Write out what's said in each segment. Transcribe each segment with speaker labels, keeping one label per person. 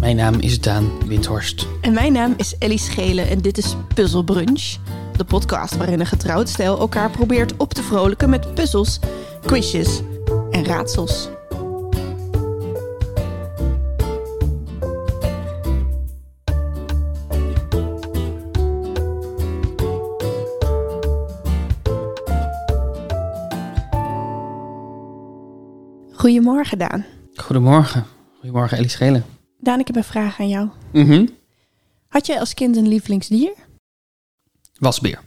Speaker 1: Mijn naam is Daan Windhorst.
Speaker 2: En mijn naam is Ellie Schelen en dit is Puzzle Brunch. De podcast waarin een getrouwd stijl elkaar probeert op te vrolijken met puzzels, quizjes en raadsels. Goedemorgen Daan.
Speaker 1: Goedemorgen. Goedemorgen, Ellie Schelen.
Speaker 2: Daan, ik heb een vraag aan jou.
Speaker 1: Mhm.
Speaker 2: Had jij als kind een lievelingsdier?
Speaker 1: Wasbeer.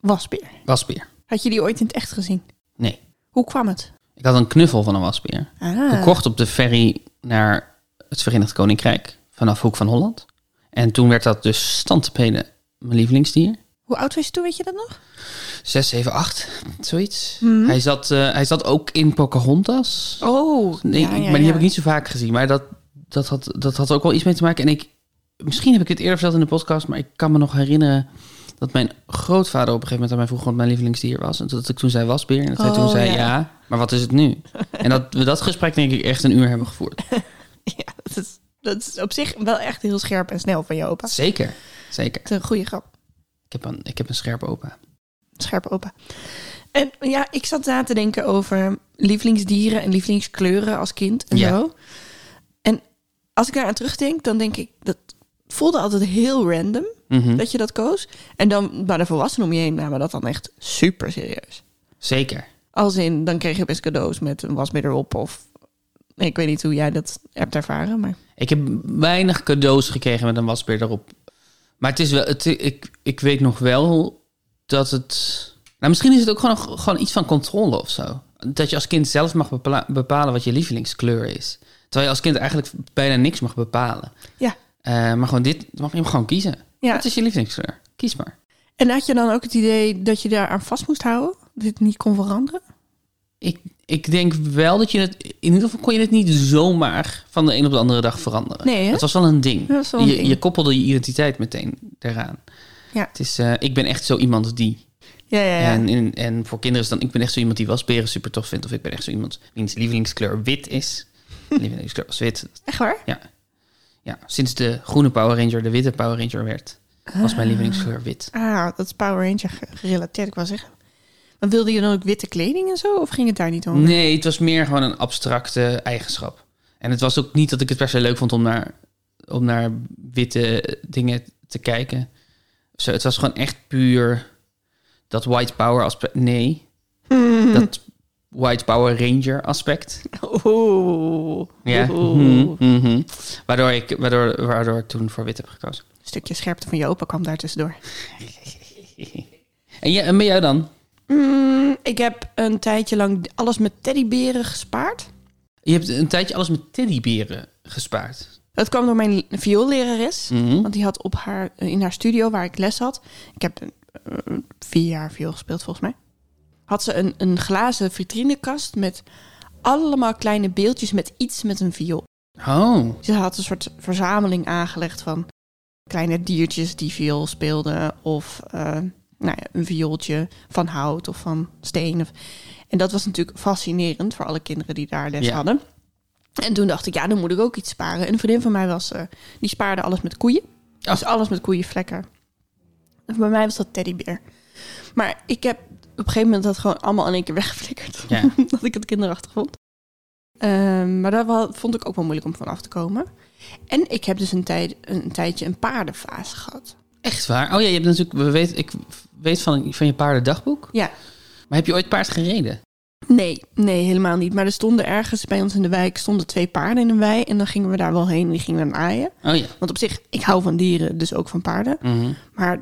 Speaker 2: Wasbeer.
Speaker 1: Wasbeer.
Speaker 2: Had je die ooit in het echt gezien?
Speaker 1: Nee.
Speaker 2: Hoe kwam het?
Speaker 1: Ik had een knuffel van een wasbeer.
Speaker 2: Ah.
Speaker 1: Gekocht op de ferry naar het Verenigd Koninkrijk. Vanaf Hoek van Holland. En toen werd dat dus standpeden mijn lievelingsdier.
Speaker 2: Hoe oud was je toen, weet je dat nog?
Speaker 1: 6, 7, 8. Zoiets.
Speaker 2: Mhm.
Speaker 1: Hij, zat, eh, hij zat ook in Pocahontas.
Speaker 2: Oh,
Speaker 1: Nee, ik- maar die heb ik niet zo vaak gezien. Maar dat, dat, had, dat had ook wel iets mee te maken. En ik, misschien heb ik dit eerder verteld in de podcast, maar ik kan me nog herinneren dat mijn grootvader op een gegeven moment aan mij vroeg wat mijn lievelingsdier was. En dat ik toen zei wasbeer. En dat hij
Speaker 2: Oh,
Speaker 1: toen zei
Speaker 2: ja.
Speaker 1: ja. maar wat is het nu? En dat we dat gesprek denk ik echt een uur hebben gevoerd.
Speaker 2: Ja, dat is, dat is op zich wel echt heel scherp en snel van je opa.
Speaker 1: Zeker, zeker.
Speaker 2: Het is een goede grap.
Speaker 1: Ik heb een, ik heb een scherpe opa.
Speaker 2: Scherpe opa. En ja, ik zat na te denken over lievelingsdieren en lievelingskleuren als kind en
Speaker 1: Ja.
Speaker 2: zo. En als ik daar aan terugdenk, dan denk ik dat voelde altijd heel random
Speaker 1: Mhm.
Speaker 2: dat je dat koos. En dan bij de volwassenen om je heen namen dat dan echt super serieus.
Speaker 1: Zeker.
Speaker 2: Als in, dan kreeg je best cadeaus met een wasmiddel op of... Ik weet niet hoe jij dat hebt ervaren, maar...
Speaker 1: Ik heb weinig cadeaus gekregen met een wasbeer erop. Maar het is wel, het, ik, ik weet nog wel dat het. Nou, misschien is het ook gewoon, gewoon iets van controle of zo. Dat je als kind zelf mag bepla- bepalen wat je lievelingskleur is. Terwijl je als kind eigenlijk bijna niks mag bepalen.
Speaker 2: Ja.
Speaker 1: Eh, maar gewoon dit, mag je gewoon kiezen.
Speaker 2: Ja.
Speaker 1: Wat is je lievelingskleur? Kies maar.
Speaker 2: En had je dan ook het idee dat je daar aan vast moest houden? Dat je het niet kon veranderen?
Speaker 1: Ik, ik denk wel dat je het. In ieder geval kon je het niet zomaar van de een op de andere dag veranderen.
Speaker 2: Nee, hè?
Speaker 1: Het was wel een ding.
Speaker 2: Dat was wel een
Speaker 1: je,
Speaker 2: ding.
Speaker 1: je koppelde je identiteit meteen daaraan.
Speaker 2: Ja.
Speaker 1: Het is, eh, ik ben echt zo iemand die.
Speaker 2: Ja, ja, ja.
Speaker 1: En, en, en voor kinderen is dan, ik ben echt zo iemand die wasberen super tof vindt. Of ik ben echt zo iemand wiens lievelingskleur wit is. Mijn lievelingskleur was wit.
Speaker 2: Echt waar?
Speaker 1: Ja, sinds de groene Power Ranger de witte Power Ranger werd, was mijn lievelingskleur wit.
Speaker 2: Ah, dat is Power Ranger ge- gerelateerd, ik wou zeggen. Maar wilde je dan ook witte kleding en zo? Of ging het daar niet om?
Speaker 1: Nee, het was meer gewoon een abstracte eigenschap. En het was ook niet dat ik het per se leuk vond om naar, om naar witte dingen te kijken. Zo, het was gewoon echt puur dat white power aspect. Nee, dat white power ranger aspect.
Speaker 2: Oh.
Speaker 1: Ja.
Speaker 2: Oh.
Speaker 1: Mhm, mhm. Waardoor, ik, waardoor, waardoor ik toen voor wit heb gekozen.
Speaker 2: Een stukje scherpte van je opa kwam daar tussendoor.
Speaker 1: En, jij, en ben jij dan?
Speaker 2: Mm, ik heb een tijdje lang alles met teddyberen gespaard.
Speaker 1: Je hebt een tijdje alles met teddyberen gespaard.
Speaker 2: Dat kwam door mijn vioollerares.
Speaker 1: Mhm.
Speaker 2: Want die had op haar, eh, in haar studio waar ik les had. Ik heb eh, vier jaar viool gespeeld volgens mij. Had ze een, een glazen vitrinekast met allemaal kleine beeldjes met iets met een viool.
Speaker 1: Oh,
Speaker 2: Ze had een soort verzameling aangelegd van kleine diertjes die viool speelden. Of eh, nou ja, een viooltje van hout of van steen. Of... En dat was natuurlijk fascinerend voor alle kinderen die daar les
Speaker 1: Ja.
Speaker 2: hadden. En toen dacht ik, ja, dan moet ik ook iets sparen. En een vriendin van mij was, eh, die spaarde alles met koeien. Dus alles met koeienvlekken. En bij mij was dat teddybeer. Maar ik heb op een gegeven moment dat gewoon allemaal in één keer weggeflikkerd.
Speaker 1: Ja.
Speaker 2: omdat ik het kinderachtig vond. Ehm, maar dat wel- vond ik ook wel moeilijk om van af te komen. En ik heb dus een, tijd, een tijdje een paardenfase gehad.
Speaker 1: echt waar? Oh ja, je hebt natuurlijk, we weet, ik weet van, van je paardendagboek.
Speaker 2: Ja.
Speaker 1: Maar heb je ooit paard gereden?
Speaker 2: Nee, nee, helemaal niet. Maar er stonden ergens bij ons in de wijk stonden twee paarden in een wei. En dan gingen we daar wel heen en die gingen we dan aaien.
Speaker 1: Oh ja.
Speaker 2: Want op zich, ik hou van dieren, dus ook van paarden.
Speaker 1: Mhm.
Speaker 2: Maar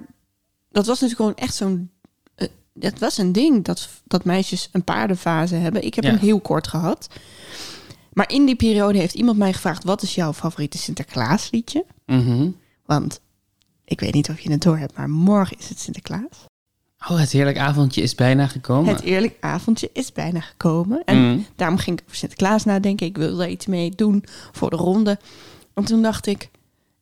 Speaker 2: dat was natuurlijk gewoon echt zo'n. eh, dat was een ding dat, dat meisjes een paardenfase hebben. Ik heb
Speaker 1: Ja.
Speaker 2: hem heel kort gehad. Maar in die periode heeft iemand mij gevraagd: wat is jouw favoriete Sinterklaasliedje?
Speaker 1: Mhm.
Speaker 2: Want ik weet niet of je het door hebt, maar morgen is het Sinterklaas.
Speaker 1: Oh, het heerlijk avondje is bijna gekomen.
Speaker 2: Het eerlijk avondje is bijna gekomen. En
Speaker 1: Mhm.
Speaker 2: daarom ging ik over Sinterklaas nadenken. Ik wilde daar iets mee doen voor de ronde. En toen dacht ik,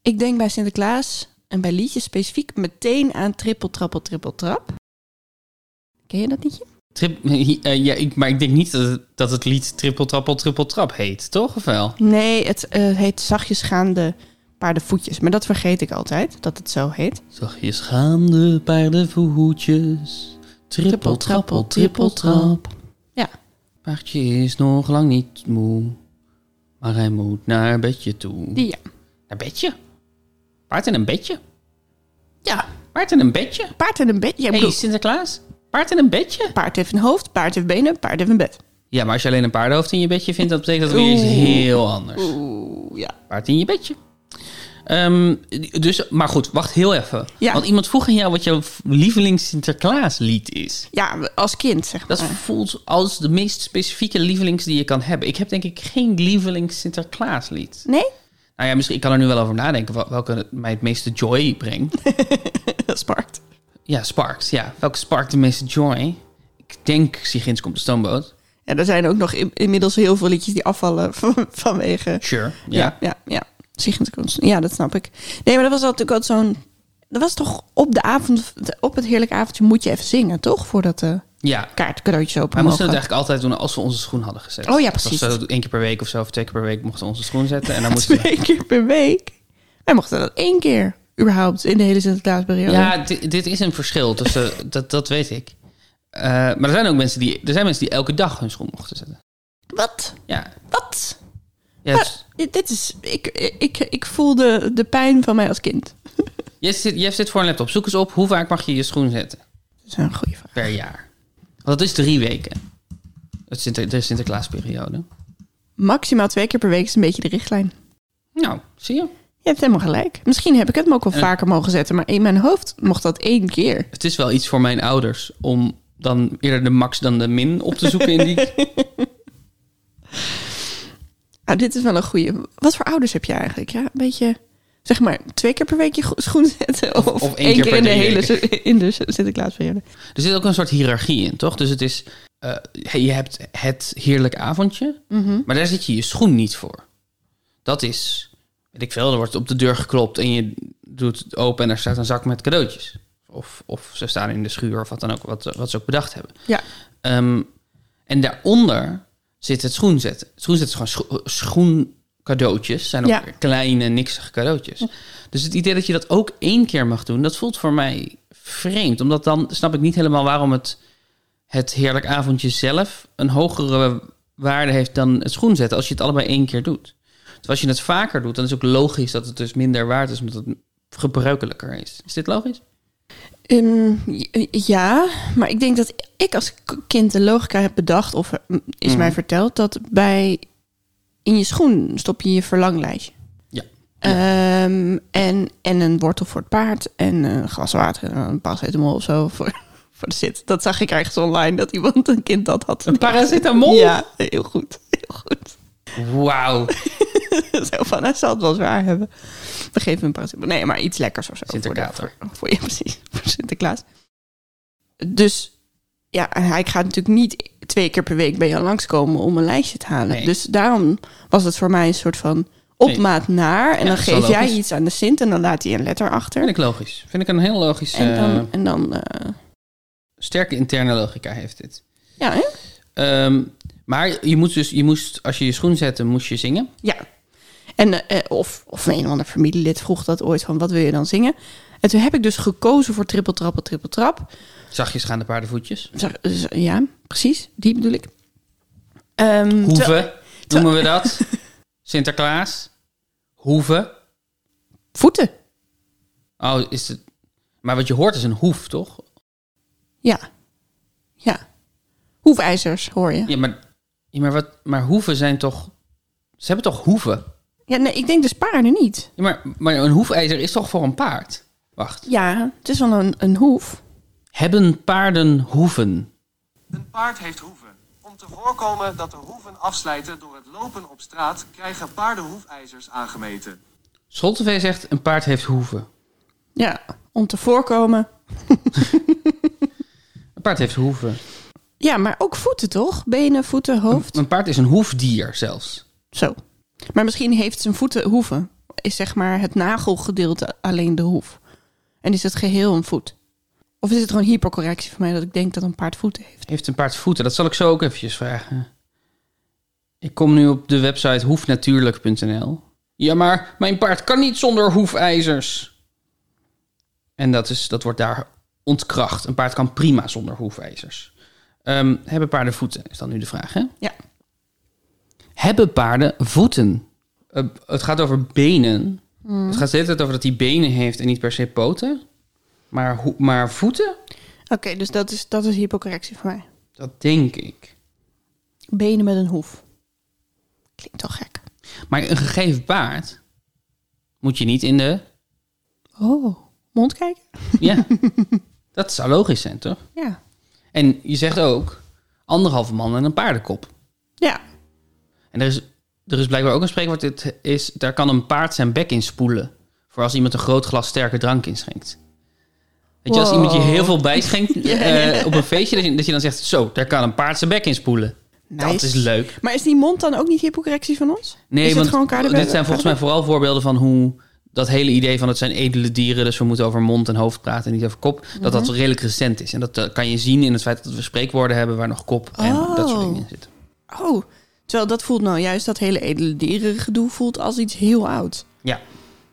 Speaker 2: ik denk bij Sinterklaas en bij liedjes specifiek meteen aan trippel, trappel, trippel, trap. Ken je dat liedje?
Speaker 1: Trip, eh, ja, ik, maar ik denk niet dat het, dat het lied Trippel Trappel Trippel Trap heet, toch? Of wel?
Speaker 2: Nee, het eh, heet Zachtjesgaande Paardenvoetjes. Maar dat vergeet ik altijd, dat het zo heet.
Speaker 1: Zachtjes gaande paardenvoetjes. Trippel Trappel Trippel Trap.
Speaker 2: Ja.
Speaker 1: Paardje is nog lang niet moe. Maar hij moet naar bedje toe.
Speaker 2: Die, ja.
Speaker 1: Naar bedje? Paard in een bedje?
Speaker 2: ja,
Speaker 1: Paard in een bedje?
Speaker 2: paard en een bed. Ja, ik
Speaker 1: Hé, hey,
Speaker 2: bedoel,
Speaker 1: Sinterklaas? Paard in een bedje?
Speaker 2: paard heeft een hoofd, paard heeft benen, paard heeft een bed.
Speaker 1: Ja, maar als je alleen een paardenhoofd in je bedje vindt, dat betekent dat het weer iets
Speaker 2: Oeh.
Speaker 1: heel anders.
Speaker 2: Oeh, ja.
Speaker 1: Paard in je bedje. Ehm, dus, maar goed, wacht heel even.
Speaker 2: Ja.
Speaker 1: Want iemand vroeg aan jou wat jouw lievelings Sinterklaaslied is.
Speaker 2: Ja, als kind, zeg
Speaker 1: Dat
Speaker 2: maar.
Speaker 1: voelt als de meest specifieke lievelings die je kan hebben. Ik heb denk ik geen lievelings Sinterklaaslied.
Speaker 2: Nee?
Speaker 1: Nou ja, misschien ik kan er nu wel over nadenken wel- welke mij het meeste joy brengt.
Speaker 2: dat is paard.
Speaker 1: ja, sparks. Ja, welke sparkt de meeste joy? Ik denk Sigins komt de stoomboot.
Speaker 2: Ja, er zijn ook nog in- inmiddels heel veel liedjes die afvallen van- vanwege...
Speaker 1: Sure.
Speaker 2: Ja, ja, ja. Sigrid Kunst. Ja, dat snap ik. Nee, maar dat was natuurlijk ook zo'n... Dat was toch op de avond, op het heerlijke avondje moet je even zingen, toch? Voordat de
Speaker 1: ja.
Speaker 2: kaartcadeautjes open
Speaker 1: Wij moesten
Speaker 2: mogen.
Speaker 1: het eigenlijk altijd doen als we onze schoen hadden gezet.
Speaker 2: Oh ja,
Speaker 1: Dat was
Speaker 2: precies.
Speaker 1: zo één keer per week of zo, of twee keer per week mochten we onze schoen zetten. En dan moesten we...
Speaker 2: Twee keer per week. Wij mochten dat één keer, überhaupt, in de hele Sinterklaasperiode.
Speaker 1: Ja, di- dit is een verschil tussen... dat, dat weet ik. Eh, maar er zijn ook mensen die, er zijn mensen die elke dag hun schoen mochten zetten.
Speaker 2: Wat?
Speaker 1: Ja.
Speaker 2: Wat?
Speaker 1: ja dus-
Speaker 2: Dit dit is... Ik, ik, ik voelde de pijn van mij als kind. Eh.
Speaker 1: je, zit, je zit voor een laptop. Zoek eens op hoe vaak mag je je schoen zetten
Speaker 2: Dat is een goede vraag.
Speaker 1: per jaar. Want dat is drie weken. Het Sinter, de Sinterklaasperiode.
Speaker 2: Maximaal twee keer per week is een beetje de richtlijn.
Speaker 1: Nou, zie je?
Speaker 2: Je hebt helemaal gelijk. Misschien heb ik het me ook wel
Speaker 1: En-
Speaker 2: vaker mogen zetten, maar in mijn hoofd mocht dat één keer.
Speaker 1: Het is wel iets voor mijn ouders om dan eerder de max dan de min op te zoeken in die...
Speaker 2: Nou, dit is wel een goede. Wat voor ouders heb je eigenlijk? Ja, een beetje, zeg maar, twee keer per week je go- schoen zetten. Of,
Speaker 1: of één
Speaker 2: één
Speaker 1: keer
Speaker 2: keer,
Speaker 1: per
Speaker 2: in de
Speaker 1: drie
Speaker 2: hele
Speaker 1: weken.
Speaker 2: Sin- in de Sinterklaasperiode.
Speaker 1: Er zit ook een soort hiërarchie in, toch? Dus het is, eh, je hebt het heerlijk avondje, maar daar zit je je schoen niet voor. Dat is, weet ik veel, er wordt op de deur geklopt en je doet het open en er staat een zak met cadeautjes. Of, of ze staan in de schuur of wat dan ook, wat, wat ze ook bedacht hebben.
Speaker 2: Ja.
Speaker 1: Ehm, en daaronder zit het schoenzetten. Schoenzetten is gewoon scho- schoencadeautjes. Zijn ook
Speaker 2: Ja.
Speaker 1: kleine, niksige cadeautjes. Dus het idee dat je dat ook één keer mag doen, dat voelt voor mij vreemd. Omdat dan snap ik niet helemaal waarom het, het heerlijk avondje zelf een hogere waarde heeft dan het schoenzetten. Als je het allebei één keer doet. Dus als je het vaker doet, dan is het ook logisch dat het dus minder waard is, omdat het gebruikelijker is. Is dit logisch?
Speaker 2: Ehm, j- ja, maar ik denk dat ik als k- kind de logica heb bedacht, of eh, m, is
Speaker 1: Mm.
Speaker 2: mij verteld, dat bij in je schoen stop je je verlanglijstje.
Speaker 1: Ja.
Speaker 2: Ehm, en, en een wortel voor het paard en eh, een glas water en een paracetamol of zo voor, voor de zit. Dat zag ik ergens online, dat iemand een kind dat had.
Speaker 1: Een paracetamol?
Speaker 2: Ja, heel goed. Heel goed.
Speaker 1: Wauw.
Speaker 2: Zo van, hij zal het wel zwaar hebben. We geven hem een paracetamol. Nee, maar iets lekkers of zo. voor de-
Speaker 1: Sinterkater.
Speaker 2: Oh, voor je precies, voor Sinterklaas. Dus ja, hij gaat natuurlijk niet twee keer per week bij jou langskomen om een lijstje te halen.
Speaker 1: Nee.
Speaker 2: Dus daarom was het voor mij een soort van opmaat naar.
Speaker 1: Ja,
Speaker 2: En dan
Speaker 1: dat is wel
Speaker 2: geef jij
Speaker 1: logisch.
Speaker 2: iets aan de Sint en dan laat hij een letter achter.
Speaker 1: Vind ik logisch. Vind ik een heel logische,
Speaker 2: En dan, en dan eh,
Speaker 1: sterke interne logica heeft dit.
Speaker 2: ja, hè?
Speaker 1: Ehm, maar je, moet dus, je moest, als je je schoen zette, moest je zingen.
Speaker 2: ja. En, eh, eh, of, of een of ander familielid vroeg dat ooit van wat wil je dan zingen? En toen heb ik dus gekozen voor trippel trappel trippel trap.
Speaker 1: Zachtjes gaan de paardenvoetjes.
Speaker 2: Zeg, eh, Ja, precies, die bedoel ik. Ehm,
Speaker 1: Hoeven,
Speaker 2: terwijl-
Speaker 1: noemen we dat. Sinterklaas. Hoeven.
Speaker 2: Voeten,
Speaker 1: Oh, is het... Maar wat je hoort is een hoef, toch?
Speaker 2: ja. Ja. Hoefijzers hoor je.
Speaker 1: Ja, maar, ja, maar, wat, maar hoeven zijn toch... Ze hebben toch hoeven?
Speaker 2: Ja, nee, ik denk dus paarden niet.
Speaker 1: Ja, maar, maar een hoefijzer is toch voor een paard? Wacht.
Speaker 2: Ja, het is wel een, een hoef.
Speaker 1: Hebben paarden hoeven?
Speaker 3: Een paard heeft hoeven. Om te voorkomen dat de hoeven afslijten door het lopen op straat, krijgen paarden hoefijzers aangemeten.
Speaker 1: Scholtv zegt, een paard heeft hoeven.
Speaker 2: Ja, om te voorkomen.
Speaker 1: Een paard heeft hoeven.
Speaker 2: Ja, maar ook voeten toch? Benen, voeten, hoofd.
Speaker 1: Een paard is een hoefdier zelfs.
Speaker 2: Zo. Maar misschien heeft zijn voeten hoeven. Is zeg maar het nagelgedeelte alleen de hoef. En is het geheel een voet. Of is het gewoon hypercorrectie van mij dat ik denk dat een paard voeten heeft?
Speaker 1: Heeft een paard voeten? Dat zal ik zo ook eventjes vragen. Ik kom nu op de website hoefnatuurlijk.nl. Ja, maar mijn paard kan niet zonder hoefijzers. En dat, is, dat wordt daar ontkracht. Een paard kan prima zonder hoefijzers. Ehm, hebben paarden voeten? Is dan nu de vraag, hè?
Speaker 2: Ja.
Speaker 1: Hebben paarden voeten? Eh, het gaat over benen. Het gaat de hele tijd over dat hij benen heeft en niet per se poten. Maar, hoe- maar voeten?
Speaker 2: Oké, dus dat is, dat is hypercorrectie voor mij.
Speaker 1: Dat denk ik.
Speaker 2: Benen met een hoef. Klinkt toch gek.
Speaker 1: Maar een gegeven paard moet je niet in de...
Speaker 2: Oh, mond kijken?
Speaker 1: Ja, dat zou logisch zijn, toch?
Speaker 2: Ja.
Speaker 1: En je zegt ook anderhalve man en een paardenkop.
Speaker 2: Ja.
Speaker 1: En er is, er is blijkbaar ook een spreekwoord, dit is, daar kan een paard zijn bek in spoelen. Voor als iemand een groot glas sterke drank inschenkt. Weet je, als
Speaker 2: Wow.
Speaker 1: iemand je heel veel bijschenkt eh, op een feestje, dat je, dat je dan zegt, zo, daar kan een paard zijn bek in spoelen. Dat
Speaker 2: Nice.
Speaker 1: is leuk.
Speaker 2: Maar is die mond dan ook niet hypocorrectie van ons?
Speaker 1: Nee,
Speaker 2: is het
Speaker 1: want
Speaker 2: gewoon kaardenwerk?
Speaker 1: dit zijn volgens mij vooral voorbeelden van hoe dat hele idee van het zijn edele dieren, dus we moeten over mond en hoofd praten en niet over kop, dat
Speaker 2: Mhm.
Speaker 1: dat redelijk recent is. En dat eh, kan je zien in het feit dat we spreekwoorden hebben waar nog kop en dat soort
Speaker 2: Oh.
Speaker 1: dingen in zitten.
Speaker 2: Oh, terwijl dat voelt nou juist dat hele edele dieren gedoe voelt als iets heel oud.
Speaker 1: Ja.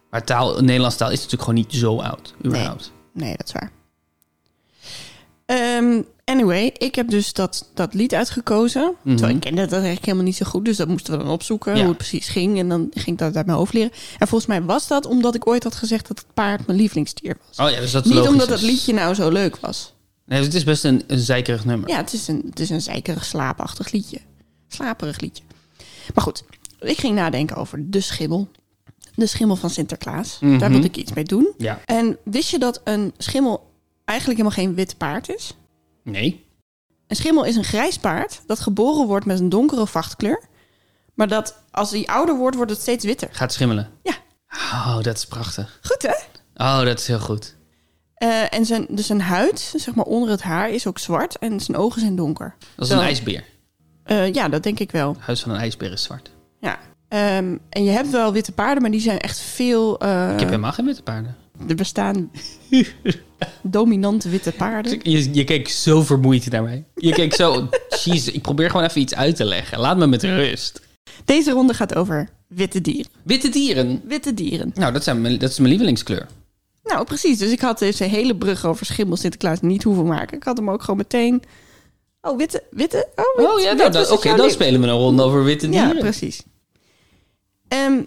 Speaker 1: Maar taal, Nederlands taal is natuurlijk gewoon niet zo oud, überhaupt.
Speaker 2: Nee, dat is waar. Ehm, anyway, ik heb dus dat, dat lied uitgekozen. Terwijl ik kende dat eigenlijk helemaal niet zo goed. Dus dat moesten we dan opzoeken,
Speaker 1: Mhm. Ja.
Speaker 2: hoe het precies ging. En dan ging ik dat uit mijn hoofd leren. En volgens mij was dat omdat ik ooit had gezegd dat het paard mijn lievelingsdier was.
Speaker 1: Oh ja, dus dat is
Speaker 2: niet
Speaker 1: logisch.
Speaker 2: omdat
Speaker 1: dus.
Speaker 2: dat liedje nou zo leuk was.
Speaker 1: Nee, het is best een, een zeikerig nummer.
Speaker 2: Ja, het is een, het is een zeikerig slaapachtig liedje. Slaperig liedje. Maar goed, ik ging nadenken over de schimmel. De schimmel van Sinterklaas. Daar moet ik iets mee doen.
Speaker 1: Ja.
Speaker 2: En wist je dat een schimmel eigenlijk helemaal geen wit paard is?
Speaker 1: Nee.
Speaker 2: Een schimmel is een grijs paard dat geboren wordt met een donkere vachtkleur. Maar dat als die ouder wordt, wordt het steeds witter.
Speaker 1: Gaat schimmelen.
Speaker 2: Ja,
Speaker 1: Oh, dat is prachtig.
Speaker 2: goed hè?
Speaker 1: Oh, dat is heel goed.
Speaker 2: Eh, en zijn, dus zijn huid, zeg maar onder het haar, is ook zwart en zijn ogen zijn donker.
Speaker 1: Dat is
Speaker 2: Zo.
Speaker 1: een ijsbeer.
Speaker 2: Eh, ja, dat denk ik wel.
Speaker 1: Het huis van een ijsbeer is zwart.
Speaker 2: Ja. Ehm, en je hebt wel witte paarden, maar die zijn echt veel. eh,
Speaker 1: Ik heb helemaal geen witte paarden.
Speaker 2: Er bestaan dominante witte paarden.
Speaker 1: Je, je keek zo vermoeid naar mij. Je keek zo... Jezus, ik probeer gewoon even iets uit te leggen. Laat me met rust.
Speaker 2: Deze ronde gaat over witte dieren.
Speaker 1: Witte dieren.
Speaker 2: Witte dieren.
Speaker 1: Nou, dat, zijn mijn, dat is mijn lievelingskleur.
Speaker 2: Nou, precies. Dus ik had deze hele brug over Schimmel Sinterklaas niet hoeven maken. Ik had hem ook gewoon meteen. Oh, witte. witte oh, wit-
Speaker 1: Oh ja,
Speaker 2: wit
Speaker 1: nou,
Speaker 2: was
Speaker 1: dan-
Speaker 2: het
Speaker 1: oké,
Speaker 2: jouw
Speaker 1: dan
Speaker 2: lief-
Speaker 1: spelen we een ronde over witte
Speaker 2: Ja,
Speaker 1: dieren.
Speaker 2: precies. Ehm,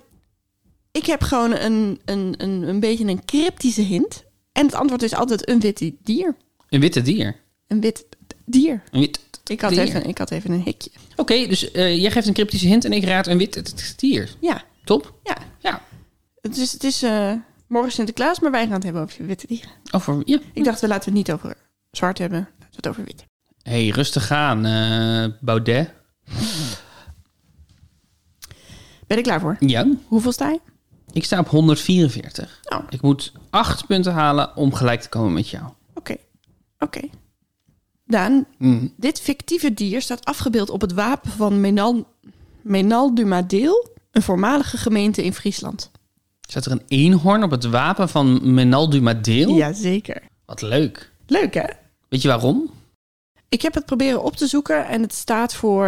Speaker 2: ik heb gewoon een, een, een, een beetje een cryptische hint. En het antwoord is altijd een wit dier.
Speaker 1: Een witte dier.
Speaker 2: Een wit dier.
Speaker 1: Een wit
Speaker 2: Ik had,
Speaker 1: dier.
Speaker 2: even, ik had even een hikje.
Speaker 1: Oké, dus eh, jij geeft een cryptische hint en ik raad een wit dier.
Speaker 2: Ja,
Speaker 1: Top.
Speaker 2: ja.
Speaker 1: Ja.
Speaker 2: Het is, het is eh, morgen Sinterklaas, maar wij gaan het hebben over witte dieren.
Speaker 1: Over, ja.
Speaker 2: Ik dacht, we laten het niet over zwart hebben. Laten we het over wit.
Speaker 1: hey, rustig aan, eh, Baudet.
Speaker 2: Ben ik klaar voor?
Speaker 1: Ja.
Speaker 2: Hoeveel sta je?
Speaker 1: Ik sta op 144.
Speaker 2: Oh, oké.
Speaker 1: Ik moet acht punten halen om gelijk te komen met jou.
Speaker 2: Oké. Daan,
Speaker 1: Hm.
Speaker 2: dit fictieve dier staat afgebeeld op het wapen van Menal, Menaldumadeel, een voormalige gemeente in Friesland.
Speaker 1: Zet er een eenhoorn op het wapen van Menaldumadeel?
Speaker 2: Jazeker.
Speaker 1: Wat leuk.
Speaker 2: Leuk, hè?
Speaker 1: Weet je waarom?
Speaker 2: Ik heb het proberen op te zoeken en het staat voor...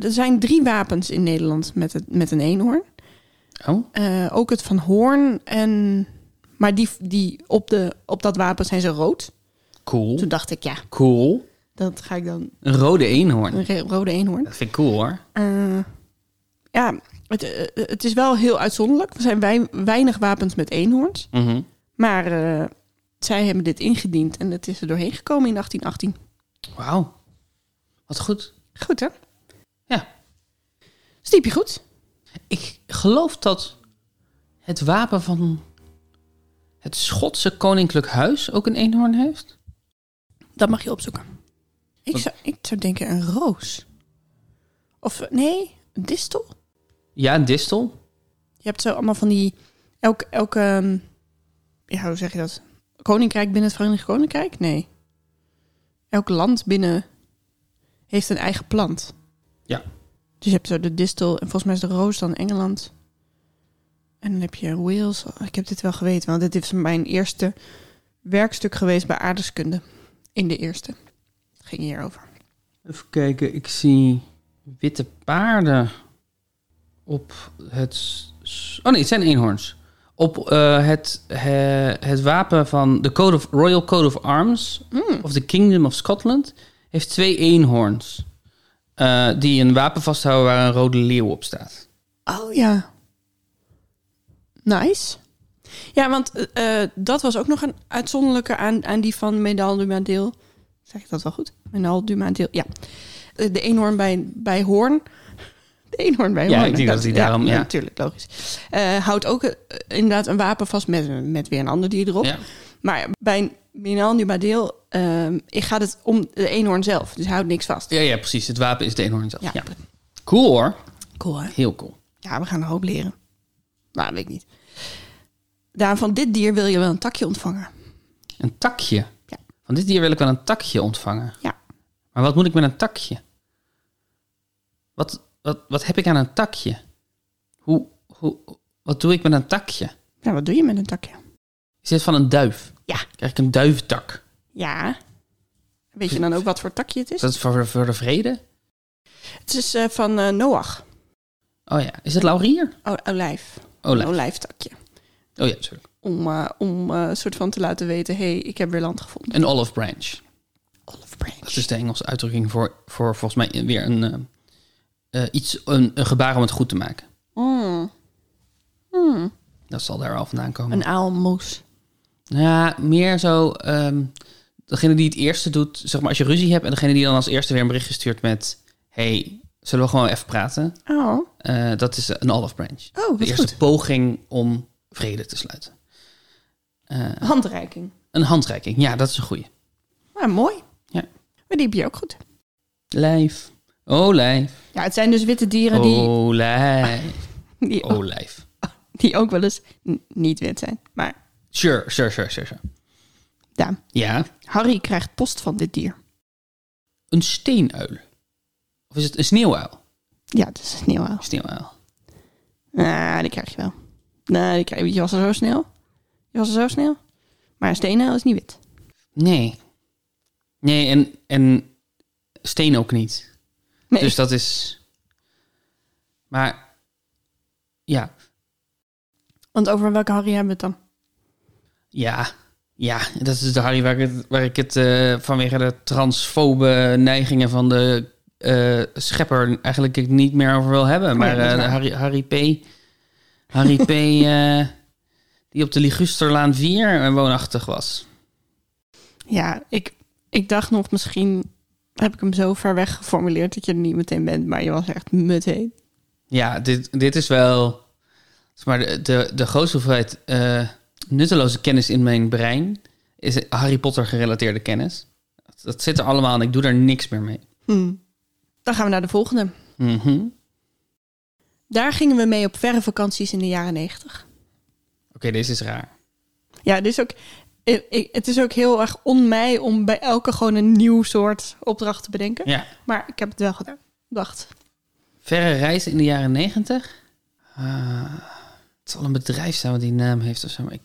Speaker 2: Er zijn drie wapens in Nederland met, het, met een eenhoorn.
Speaker 1: Oh,
Speaker 2: Eh, ook het van Hoorn. En, maar die, die op, de, op dat wapen zijn ze rood.
Speaker 1: cool.
Speaker 2: Toen dacht ik, ja,
Speaker 1: Cool.
Speaker 2: dat ga ik dan.
Speaker 1: Een rode eenhoorn.
Speaker 2: Een re- rode eenhoorn.
Speaker 1: Dat vind ik cool hoor.
Speaker 2: Eh, ja, het, eh, het is wel heel uitzonderlijk. Er zijn wei- weinig wapens met eenhoorns.
Speaker 1: Mhm.
Speaker 2: Maar eh, zij hebben dit ingediend en het is er doorheen gekomen in 1818.
Speaker 1: Wauw. Wat goed.
Speaker 2: Goed, hè?
Speaker 1: Ja.
Speaker 2: Stiep je goed?
Speaker 1: Ik geloof dat het wapen van het Schotse Koninklijk Huis ook een eenhoorn heeft.
Speaker 2: Dat mag je opzoeken. Ik zou, ik zou denken een roos. Of eh, nee, een distel.
Speaker 1: Ja, een distel.
Speaker 2: Je hebt zo allemaal van die. Elk. elk ehm, ja, hoe zeg je dat? Koninkrijk binnen het Verenigd Koninkrijk? Nee. Elk land binnen. heeft een eigen plant.
Speaker 1: Ja.
Speaker 2: Dus je hebt zo de distel. en volgens mij is de roos dan Engeland. En dan heb je Wales. Oh, ik heb dit wel geweten, want dit is mijn eerste werkstuk geweest bij aardeskunde. In de eerste. Het ging hierover.
Speaker 1: Even kijken, ik zie witte paarden op het... s- s- Oh nee, het zijn eenhoorns. Op eh, het, he- het wapen van de Code of, Royal Code of Arms of the Kingdom of Scotland heeft twee eenhoorns. eh, die een wapen vasthouden waar een rode leeuw op staat.
Speaker 2: Oh ja. Nice. Ja, want eh, eh, dat was ook nog een uitzonderlijke aan, aan die van Medal du Madeel. Zeg ik dat wel goed? Medal du Madeel, ja. Eh, De eenhoorn bij, bij hoorn. De eenhoorn bij
Speaker 1: Ja,
Speaker 2: hoorn.
Speaker 1: ik denk dat die daarom- ja.
Speaker 2: Natuurlijk, logisch. Eh, houdt ook eh, inderdaad een wapen vast met, een- met weer een ander dier erop.
Speaker 1: Ja.
Speaker 2: Maar bij Medal du Madeel ehm, gaat het om de eenhoorn zelf. Dus hij houdt niks vast.
Speaker 1: Ja, ja, precies. Het wapen is de eenhoorn zelf.
Speaker 2: Ja.
Speaker 1: Ja. Cool hoor.
Speaker 2: Cool, hè?
Speaker 1: Heel cool.
Speaker 2: Ja, we gaan een hoop leren. Nou, weet ik niet. Daarom van dit dier wil je wel een takje ontvangen.
Speaker 1: Een takje.
Speaker 2: Ja.
Speaker 1: Van dit dier wil ik wel een takje ontvangen.
Speaker 2: Ja.
Speaker 1: Maar wat moet ik met een takje? Wat, wat, wat heb ik aan een takje? Hoe, hoe, wat doe ik met een takje?
Speaker 2: Nou, wat doe je met een takje?
Speaker 1: Is dit van een duif?
Speaker 2: Ja.
Speaker 1: Krijg ik een duiventak?
Speaker 2: Ja. Weet je dan ook wat voor takje het is?
Speaker 1: Is dat voor, voor de vrede?
Speaker 2: Het is eh, van eh, Noach.
Speaker 1: Oh ja. Is het laurier?
Speaker 2: O- olijf.
Speaker 1: Oh,
Speaker 2: Een olijftakje.
Speaker 1: oh ja, sorry.
Speaker 2: Om, eh, om eh, een soort van te laten weten, hé, hey, ik heb weer land gevonden.
Speaker 1: Een olive branch.
Speaker 2: Olive branch.
Speaker 1: Dat is de Engelse uitdrukking voor, voor volgens mij weer een, eh, eh, iets, een, een gebaar om het goed te maken.
Speaker 2: Mm. Mm.
Speaker 1: Dat zal daar al vandaan komen.
Speaker 2: Een aalmoes.
Speaker 1: Nou Ja, meer zo. ehm, degene die het eerste doet, zeg maar als je ruzie hebt, en degene die dan als eerste weer een berichtje stuurt met: Hey, zullen we gewoon even praten?
Speaker 2: Oh.
Speaker 1: Eh, dat is een olive branch.
Speaker 2: Oh, wat
Speaker 1: de eerste
Speaker 2: goed.
Speaker 1: poging om vrede te sluiten. Eh,
Speaker 2: Handreiking.
Speaker 1: een handreiking, ja, dat is een goeie.
Speaker 2: Nou, mooi.
Speaker 1: Ja.
Speaker 2: Maar die heb je ook goed.
Speaker 1: Lijf. Oh, Olijf.
Speaker 2: Ja, het zijn dus witte dieren
Speaker 1: Oh.
Speaker 2: die, Ah,
Speaker 1: Olijf.
Speaker 2: die,
Speaker 1: Oh. Olijf.
Speaker 2: die ook wel eens n- niet wit zijn. Maar
Speaker 1: Sure, sure, sure, sure. sure.
Speaker 2: Daan,
Speaker 1: Ja,
Speaker 2: Harry krijgt post van dit dier.
Speaker 1: een steenuil. Of is het een sneeuwuil?
Speaker 2: Ja, dat is sneeuwuil.
Speaker 1: Sneeuwuil.
Speaker 2: Nou, die krijg je wel. Nou, die krijg je. Je was er zo snel. Je was er zo snel. Maar een steenuil is niet wit.
Speaker 1: Nee. Nee, en, en steen ook niet.
Speaker 2: Nee.
Speaker 1: Dus dat is. Maar. Ja.
Speaker 2: Want over welke Harry hebben we het dan?
Speaker 1: Ja. Ja. Dat is de Harry waar ik het, waar ik het eh, vanwege de transfobe neigingen van de eh, schepper eigenlijk ik niet meer over wil hebben. Maar
Speaker 2: Oh dat is
Speaker 1: eh,
Speaker 2: waar.
Speaker 1: Harry, Harry P. Harry P. eh, die op de Ligusterlaan 4 woonachtig was.
Speaker 2: Ja, ik, ik dacht nog misschien heb ik hem zo ver weg geformuleerd dat je er niet meteen bent. Maar je was echt meteen.
Speaker 1: Ja, dit, dit is wel. zeg Maar de, de, de grootste hoeveelheid eh, nutteloze kennis in mijn brein is Harry Potter gerelateerde kennis. Dat, dat zit er allemaal en ik doe daar niks meer mee.
Speaker 2: Hm. Dan gaan we naar de volgende.
Speaker 1: Mhm.
Speaker 2: Daar gingen we mee op verre vakanties in de jaren negentig.
Speaker 1: Oké, deze is raar.
Speaker 2: Ja, het is ook, ik- ik- het is ook heel erg on mij om bij elke gewoon een nieuw soort opdracht te bedenken.
Speaker 1: Ja.
Speaker 2: Maar ik heb het wel gedaan. Dacht.
Speaker 1: Verre reizen in de jaren negentig. Ah, het zal een bedrijf zijn wat die naam heeft of zo. Maar ik...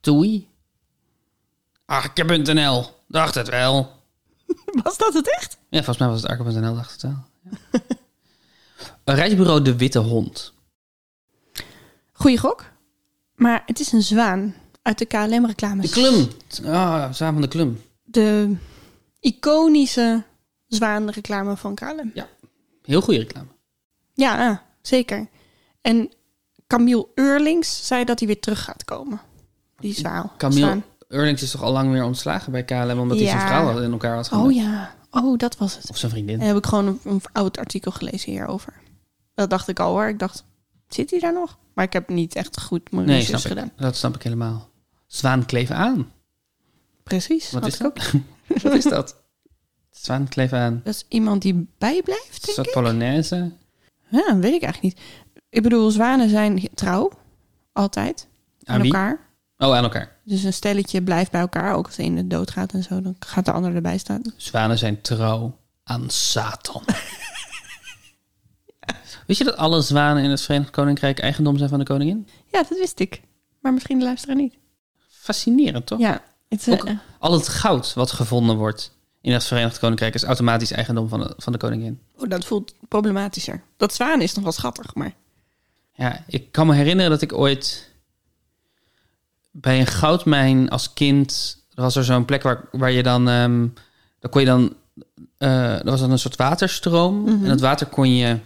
Speaker 1: Toei? Ah, Arke.nl. Dacht het wel.
Speaker 2: Was dat het echt?
Speaker 1: Ja, volgens mij was het Arke.nl, dacht het wel. Ja. Een reisbureau De Witte Hond.
Speaker 2: Goeie gok. Maar het is een zwaan uit de KLM-reclames.
Speaker 1: De Klum. Ah, samen van de Klum.
Speaker 2: De iconische zwaan-reclame van KLM.
Speaker 1: Heel goede reclame.
Speaker 2: Ja, ah, zeker. En Camille Eurlings zei dat hij weer terug gaat komen. Die zwaal.
Speaker 1: Camille
Speaker 2: zwaan.
Speaker 1: Eurlings is toch al lang weer ontslagen bij KLM... omdat hij
Speaker 2: Ja.
Speaker 1: zijn vrouw had- in elkaar had
Speaker 2: Oh
Speaker 1: gelegd.
Speaker 2: ja. Oh, dat was het.
Speaker 1: Of zijn vriendin.
Speaker 2: En heb ik gewoon een, een oud artikel gelezen hierover. Dat dacht ik al hoor. Ik dacht, zit hij daar nog? Maar ik heb niet echt goed mijn
Speaker 1: nee,
Speaker 2: research
Speaker 1: snap
Speaker 2: dus gedaan.
Speaker 1: ik. dat snap ik helemaal. Zwaan kleven aan.
Speaker 2: Precies.
Speaker 1: Wat
Speaker 2: had
Speaker 1: is
Speaker 2: ik
Speaker 1: dat?
Speaker 2: ook.
Speaker 1: Wat is dat? Zwaan kleven aan.
Speaker 2: Dat is iemand die bijblijft,
Speaker 1: Is
Speaker 2: denk
Speaker 1: dat
Speaker 2: ik?
Speaker 1: Polonaise?
Speaker 2: Ja, weet ik eigenlijk niet. Ik bedoel, zwanen zijn trouw. Altijd. Aan,
Speaker 1: Aan wie?
Speaker 2: elkaar.
Speaker 1: Oh, aan elkaar.
Speaker 2: Dus een stelletje blijft bij elkaar. Ook als de ene doodgaat en zo, dan gaat de ander erbij staan.
Speaker 1: Zwanen zijn trouw aan Satan. Wist je dat alle zwanen in het Verenigd Koninkrijk eigendom zijn van de koningin?
Speaker 2: Ja, dat wist ik. Maar misschien de luisteraar niet.
Speaker 1: fascinerend, toch?
Speaker 2: Ja, het, eh,
Speaker 1: Ook- Al het goud wat gevonden wordt in het Verenigd Koninkrijk is automatisch eigendom van de, van de koningin.
Speaker 2: oh, dat voelt problematischer. Dat zwaan is nog wel schattig, maar...
Speaker 1: Ja, ik kan me herinneren dat ik ooit bij een goudmijn als kind er was er zo'n plek waar, waar je dan, ehm dan kon je dan, eh er was dan een soort waterstroom en dat water kon je,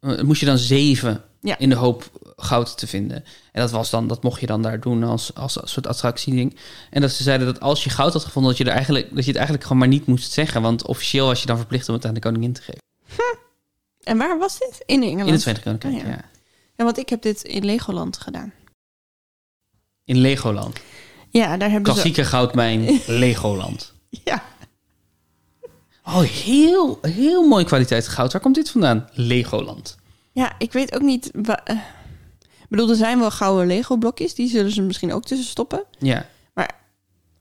Speaker 1: eh, moest je dan zeven
Speaker 2: Ja.
Speaker 1: in de hoop goud te vinden. En dat was dan, dat mocht je dan daar doen als, als een soort attractieding. En dat ze zeiden dat als je goud had gevonden, dat je, er eigenlijk, dat je het eigenlijk gewoon maar niet moest zeggen, want officieel was je dan verplicht om het aan de koningin te geven.
Speaker 2: En waar was dit? In Engeland.
Speaker 1: In het Verenigd Koninkrijk,
Speaker 2: Ah, ja.
Speaker 1: ja.
Speaker 2: Ja, want ik heb dit in Legoland gedaan.
Speaker 1: In Legoland.
Speaker 2: Ja, daar hebben
Speaker 1: Klassieke goudmijn Legoland.
Speaker 2: ze... Ja,
Speaker 1: Oh, heel, heel mooie kwaliteit goud. Waar komt dit vandaan? Legoland.
Speaker 2: Ja, ik weet ook niet. wa- eh. Ik bedoel, er zijn wel gouden Lego-blokjes. Die zullen ze misschien ook tussen stoppen.
Speaker 1: Ja.
Speaker 2: Maar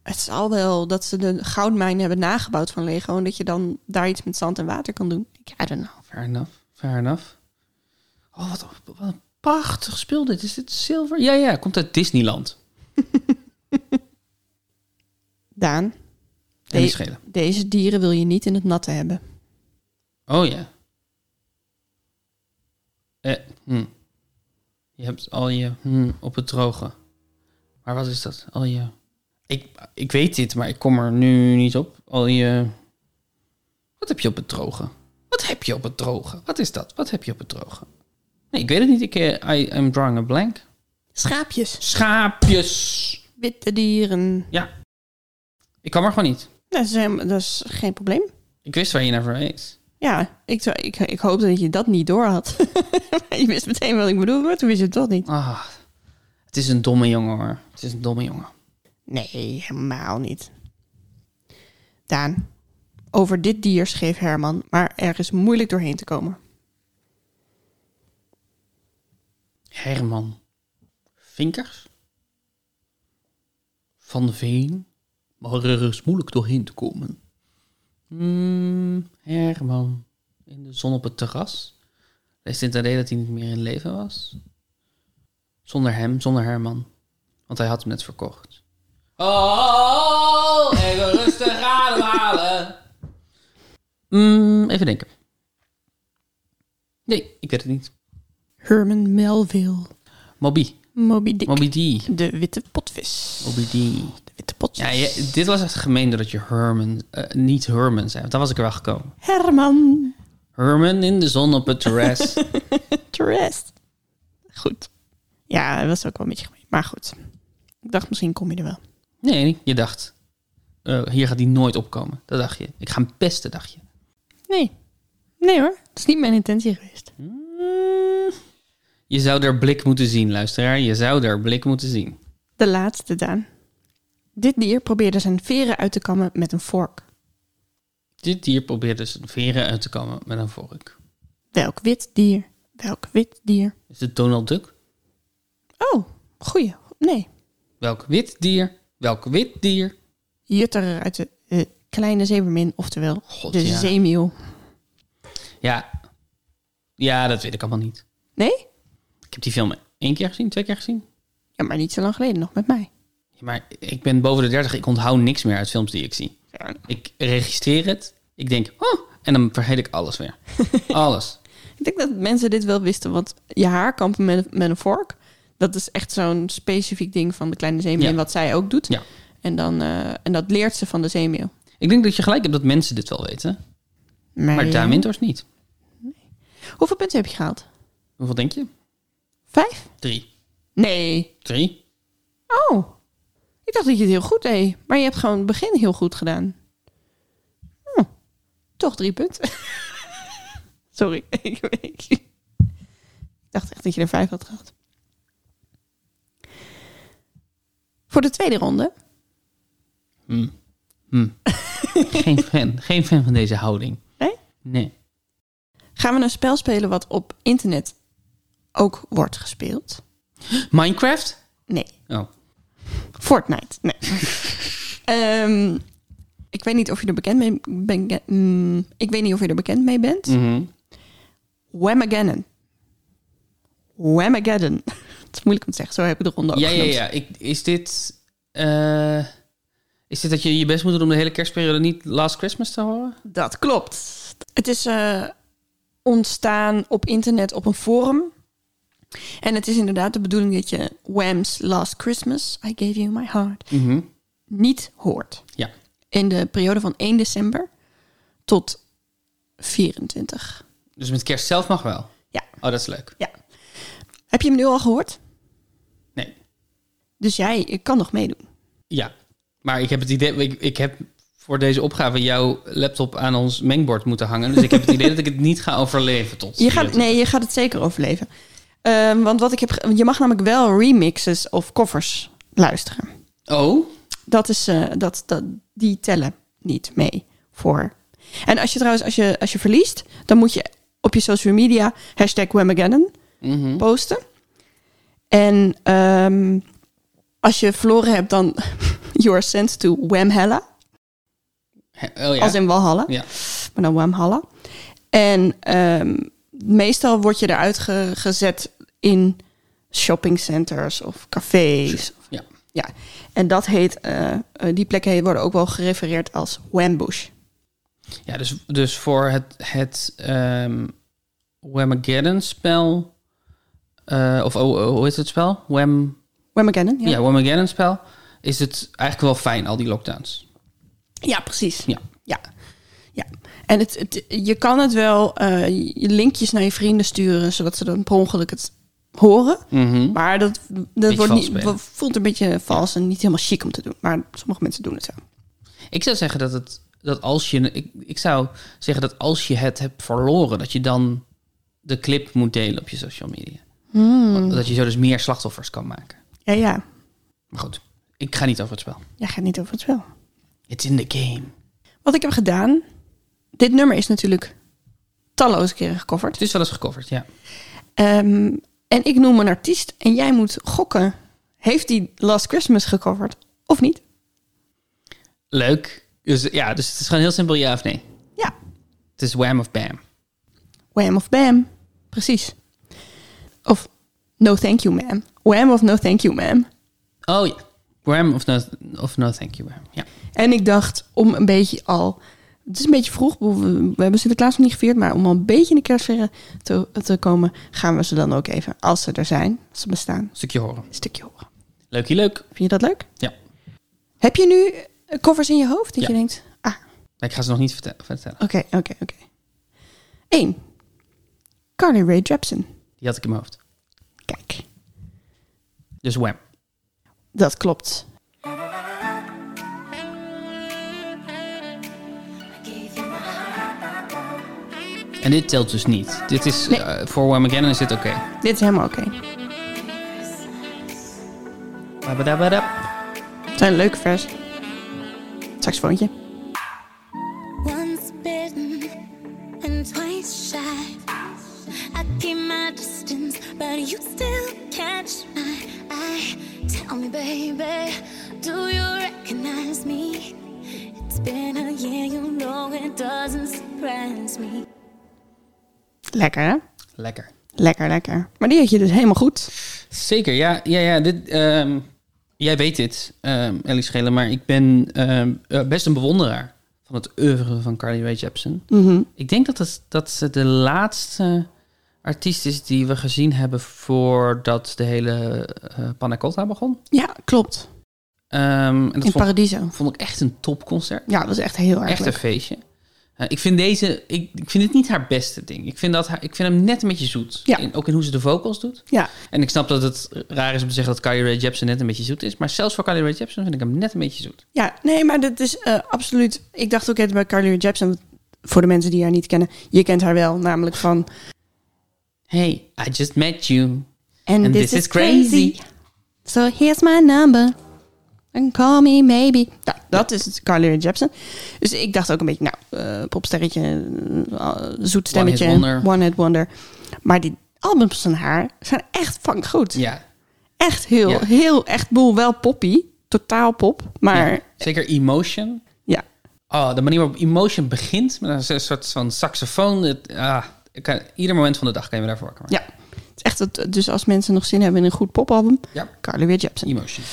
Speaker 2: het zal wel dat ze de goudmijn hebben nagebouwd van Lego. En dat je dan daar iets met zand en water kan doen. Ik nou. I don't know.
Speaker 1: Oh, Fair enough. Fair enough. Oh, wat, een- wat een prachtig speel dit. Is dit zilver? Ja, ja. Komt uit Disneyland.
Speaker 2: Daan,
Speaker 1: En
Speaker 2: Nee.
Speaker 1: die schelen.
Speaker 2: deze dieren wil je niet in het natte hebben.
Speaker 1: Oh, ja. Eh, hm. Je hebt al je hm op het droge. Maar wat is dat? Al je... Ik, ik weet dit, maar ik kom er nu niet op. Al je... Wat heb je op het droge? Wat heb je op het droge? Wat is dat? Wat heb je op het droge? Nee, ik weet het niet. Ik, eh, I, I'm drawing a blank.
Speaker 2: Schaapjes.
Speaker 1: Schaapjes!
Speaker 2: Witte dieren.
Speaker 1: Ja. Ik kwam er gewoon niet.
Speaker 2: Dat is, helemaal- dat is geen probleem.
Speaker 1: Ik wist waar je naar verwees.
Speaker 2: Ja, ik, zou- ik, ik hoop dat je dat niet door had. Maar je wist meteen wat ik bedoelde, maar toen wist je het toch niet.
Speaker 1: Ah, het is een domme jongen hoor. Het is een domme jongen.
Speaker 2: Nee, helemaal niet. Daan, over dit dier schreef Herman, maar er is moeilijk doorheen te komen.
Speaker 1: Herman. Vinkers? Van Veen? Maar er is moeilijk doorheen te komen. Hmm, Herman. In de zon op het terras. Leest in het AD dat hij niet meer in leven was? Zonder hem, zonder Herman. Want hij had hem net verkocht. Oh, even rustig ademhalen. Mm, even denken. Nee, ik weet het niet.
Speaker 2: Herman Melville.
Speaker 1: Moby.
Speaker 2: Moby Dick.
Speaker 1: Moby D.
Speaker 2: De witte potvis.
Speaker 1: Moby D.
Speaker 2: De witte potvis.
Speaker 1: Ja, je- dit was echt gemeen doordat je Herman, eh, niet Herman zei. Want dan was ik er wel gekomen.
Speaker 2: Herman.
Speaker 1: Herman in de zon op het terras.
Speaker 2: Trust. Goed. Ja, dat was ook wel een beetje gemeen. Maar goed. Ik dacht, misschien kom je er wel.
Speaker 1: nee, je dacht, eh, hier gaat hij nooit opkomen. Dat dacht je. Ik ga hem pesten, dacht je.
Speaker 2: Nee. Nee hoor. Het is niet mijn intentie geweest.
Speaker 1: Je zou daar blik moeten zien, luisteraar. Je zou daar blik moeten zien.
Speaker 2: De laatste, Daan. Dit dier probeerde zijn veren uit te kammen met een vork.
Speaker 1: Dit dier probeert dus een veren uit te komen met een vork.
Speaker 2: Welk wit dier? Welk wit dier?
Speaker 1: Is het Donald Duck?
Speaker 2: Oh, goeie. Nee.
Speaker 1: Welk wit dier? Welk wit dier?
Speaker 2: Jutter uit de eh, kleine zeemermin, oftewel
Speaker 1: God,
Speaker 2: de
Speaker 1: ja.
Speaker 2: zeemiel.
Speaker 1: Ja. ja, dat weet ik allemaal niet.
Speaker 2: Nee?
Speaker 1: Ik heb die film één keer gezien, twee keer gezien.
Speaker 2: Ja, maar niet zo lang geleden nog met mij.
Speaker 1: Ja, maar ik ben boven de 30. Ik onthoud niks meer uit films die ik zie. Ik registreer het. Ik denk, oh, en dan vergeet ik alles weer. alles.
Speaker 2: Ik denk dat mensen dit wel wisten, want je haar kampen met, met een vork, dat is echt zo'n specifiek ding van de kleine zeemeeuw,
Speaker 1: Ja.
Speaker 2: wat zij ook doet.
Speaker 1: Ja.
Speaker 2: En, dan, eh, en dat leert ze van de zeemeeuw.
Speaker 1: Ik denk dat je gelijk hebt dat mensen dit wel weten. Maar Daan Winters niet.
Speaker 2: Hoeveel punten heb je gehaald?
Speaker 1: Hoeveel denk je?
Speaker 2: Vijf?
Speaker 1: Drie.
Speaker 2: Nee.
Speaker 1: Drie?
Speaker 2: Oh. Ik dacht dat je het heel goed deed, maar je hebt gewoon het begin heel goed gedaan. Hm. Toch drie punten. Sorry. ik, ik- ik dacht echt dat je er vijf had gehad. Voor de tweede ronde
Speaker 1: Geen fan. Geen fan van deze houding.
Speaker 2: Nee?
Speaker 1: Nee.
Speaker 2: gaan we een spel spelen wat op internet ook wordt gespeeld.
Speaker 1: Minecraft?
Speaker 2: Nee,
Speaker 1: Oh.
Speaker 2: Fortnite. Nee. Ehm, ik weet niet of je er bekend mee bent. Mm, ik weet niet of je er bekend mee bent.
Speaker 1: Mhm.
Speaker 2: Whamageddon. Whamageddon. Het is moeilijk om te zeggen, zo heb ik de ronde ook
Speaker 1: Ja, ja,
Speaker 2: genoemd.
Speaker 1: ja. Ik, is dit eh, is dit dat je je best moet doen om de hele kerstperiode niet Last Christmas te horen?
Speaker 2: Dat klopt. Het is eh, ontstaan op internet op een forum. En het is inderdaad de bedoeling dat je Wham's Last Christmas, I Gave You My Heart,
Speaker 1: Mhm.
Speaker 2: niet hoort.
Speaker 1: Ja.
Speaker 2: In de periode van 1 december tot 24.
Speaker 1: Dus met kerst zelf mag wel.
Speaker 2: Ja.
Speaker 1: Oh, dat is leuk.
Speaker 2: Ja. Heb je hem nu al gehoord?
Speaker 1: Nee.
Speaker 2: Dus jij kan nog meedoen.
Speaker 1: Ja. Maar ik heb het idee, ik, ik heb voor deze opgave jouw laptop aan ons mengbord moeten hangen. Dus ik heb het idee dat ik het niet ga overleven tot.
Speaker 2: Je gaat, nee, je gaat het zeker overleven. Ehm, want wat ik heb, ge- je mag namelijk wel remixes of covers luisteren.
Speaker 1: Oh,
Speaker 2: dat is, eh, dat, dat, die tellen niet mee voor. En als je trouwens, als je, als je verliest, dan moet je op je social media hashtag Whamageddon posten. En ehm, als je verloren hebt, dan you are sent to Whamhalla.
Speaker 1: He- oh ja.
Speaker 2: Als in Walhalla,
Speaker 1: ja.
Speaker 2: maar dan Whamhalla. En ehm, meestal word je eruit ge- gezet in shoppingcenters of cafés
Speaker 1: ja.
Speaker 2: ja, en dat heet, eh, eh, die plekken he- worden ook wel gerefereerd als Wambush.
Speaker 1: Ja, dus, dus voor het, het ehm Whamageddon-spel... eh, of oh, oh, hoe is het spel? Wham,
Speaker 2: Whamageddon, ja?
Speaker 1: ja, Whamageddon-spel is het eigenlijk wel fijn, al die lockdowns.
Speaker 2: Ja, precies.
Speaker 1: Ja.
Speaker 2: Ja. ja. En het, het- je kan het wel eh, je linkjes naar je vrienden sturen, zodat ze dan per ongeluk het horen. Maar dat,
Speaker 1: Mhm.
Speaker 2: dat wordt
Speaker 1: vals
Speaker 2: niet,
Speaker 1: spelen.
Speaker 2: voelt een beetje vals en niet helemaal chic om te doen. Maar sommige mensen doen het zo.
Speaker 1: Ik zou zeggen dat het... Dat als je, ik, ik zou zeggen dat als je het hebt verloren, dat je dan de clip moet delen op je social media. Want- Dat je zo dus meer slachtoffers kan maken.
Speaker 2: Ja, ja.
Speaker 1: Maar goed, ik ga niet over het spel.
Speaker 2: Jij gaat niet over het spel.
Speaker 1: It's in the game.
Speaker 2: Wat ik heb gedaan, dit nummer is natuurlijk talloze keren gecoverd.
Speaker 1: Het is wel eens gecoverd, ja.
Speaker 2: Ehm, en ik noem een artiest en jij moet gokken. Heeft die Last Christmas gecoverd of niet?
Speaker 1: Leuk. Dus, ja, dus het is gewoon heel simpel ja of nee.
Speaker 2: Ja.
Speaker 1: Het is wham of bam.
Speaker 2: Wham of bam. Precies. Of no thank you ma'am. Wham of no thank you ma'am.
Speaker 1: Oh ja. Wham of no, of no thank you wham. Ja.
Speaker 2: En ik dacht om een beetje al... Het is een beetje vroeg, we we hebben Sinterklaas nog niet gevierd... maar om al een beetje in de kerstsfeer te, te komen... gaan we ze dan ook even, als ze er zijn, als ze bestaan,
Speaker 1: Stukje horen.
Speaker 2: een stukje horen.
Speaker 1: Leukie leuk.
Speaker 2: Vind je dat leuk?
Speaker 1: Ja.
Speaker 2: Heb je nu eh, covers in je hoofd dat
Speaker 1: Ja.
Speaker 2: je denkt... ah,
Speaker 1: Maar ik ga ze nog niet vertel- vertellen.
Speaker 2: Oké, oké, oké. 1. Carly Rae Jepsen.
Speaker 1: Die had ik in mijn hoofd.
Speaker 2: Kijk,
Speaker 1: Dus wham.
Speaker 2: dat klopt.
Speaker 1: En dit telt dus niet. Dit is,
Speaker 2: Nee.
Speaker 1: eh, voor Wham again is dit oké.
Speaker 2: Dit is helemaal oké.
Speaker 1: Babadabadab.
Speaker 2: Het zijn leuke vers. Saxofoontje.
Speaker 4: Once bitten and twice shy. I keep my distance, but you still catch my eye. Tell me, baby, do you recognize me? It's been a year, you know it doesn't surprise me.
Speaker 2: Lekker, hè?
Speaker 1: Lekker.
Speaker 2: Lekker, lekker. Maar die had je dus helemaal goed.
Speaker 1: Zeker, ja. ja, ja dit, ehm, jij weet dit, ehm, Ellie Schelen, maar ik ben ehm, eh, best een bewonderaar van het oeuvre van Carly Rae Jepsen.
Speaker 2: Mhm.
Speaker 1: Ik denk dat, het, dat ze de laatste artiest is die we gezien hebben voordat de hele eh Panna Cotta begon.
Speaker 2: Ja, klopt.
Speaker 1: Ehm, en dat
Speaker 2: In
Speaker 1: vond,
Speaker 2: Paradiso.
Speaker 1: vond ik echt een topconcert.
Speaker 2: Ja, dat is echt heel erg
Speaker 1: Echt een
Speaker 2: leuk.
Speaker 1: feestje. Eh, ik vind deze, ik, ik vind dit niet haar beste ding. Ik vind, dat haar, ik vind hem net een beetje zoet.
Speaker 2: Ja.
Speaker 1: In- ook in hoe ze de vocals doet.
Speaker 2: Ja,
Speaker 1: En ik snap dat het raar is om te zeggen dat Carly Rae Jepsen net een beetje zoet is. Maar zelfs voor Carly Rae Jepsen vind ik hem net een beetje zoet.
Speaker 2: ja, nee, maar dat is eh, absoluut... Ik dacht ook net bij Carly Rae Jepsen... want voor de mensen die haar niet kennen... je kent haar wel, namelijk van...
Speaker 1: Hey, I just met you.
Speaker 2: And,
Speaker 1: And
Speaker 2: this, is crazy.
Speaker 1: crazy.
Speaker 2: So here's my number. And call me maybe. Nou, dat is het Carly Rae Jepsen. Dus ik dacht ook een beetje, nou, eh, popsterretje, eh, zoet stemmetje.
Speaker 1: One hit wonder.
Speaker 2: One hit wonder. Maar die albums van haar zijn echt fucking goed.
Speaker 1: Ja,
Speaker 2: Echt heel,
Speaker 1: Ja.
Speaker 2: heel, echt boel wel poppy. Totaal pop. Maar ja,
Speaker 1: zeker Emotion. Oh, de manier waarop Emotion begint met een soort van saxofoon. Het, ah, ik kan, ieder moment van de dag kan je me daarvoor wakker maken.
Speaker 2: ja. Het is echt, het- dus als mensen nog zin hebben in een goed popalbum,
Speaker 1: Ja.
Speaker 2: Carly Rae Jepsen.
Speaker 1: Emotion.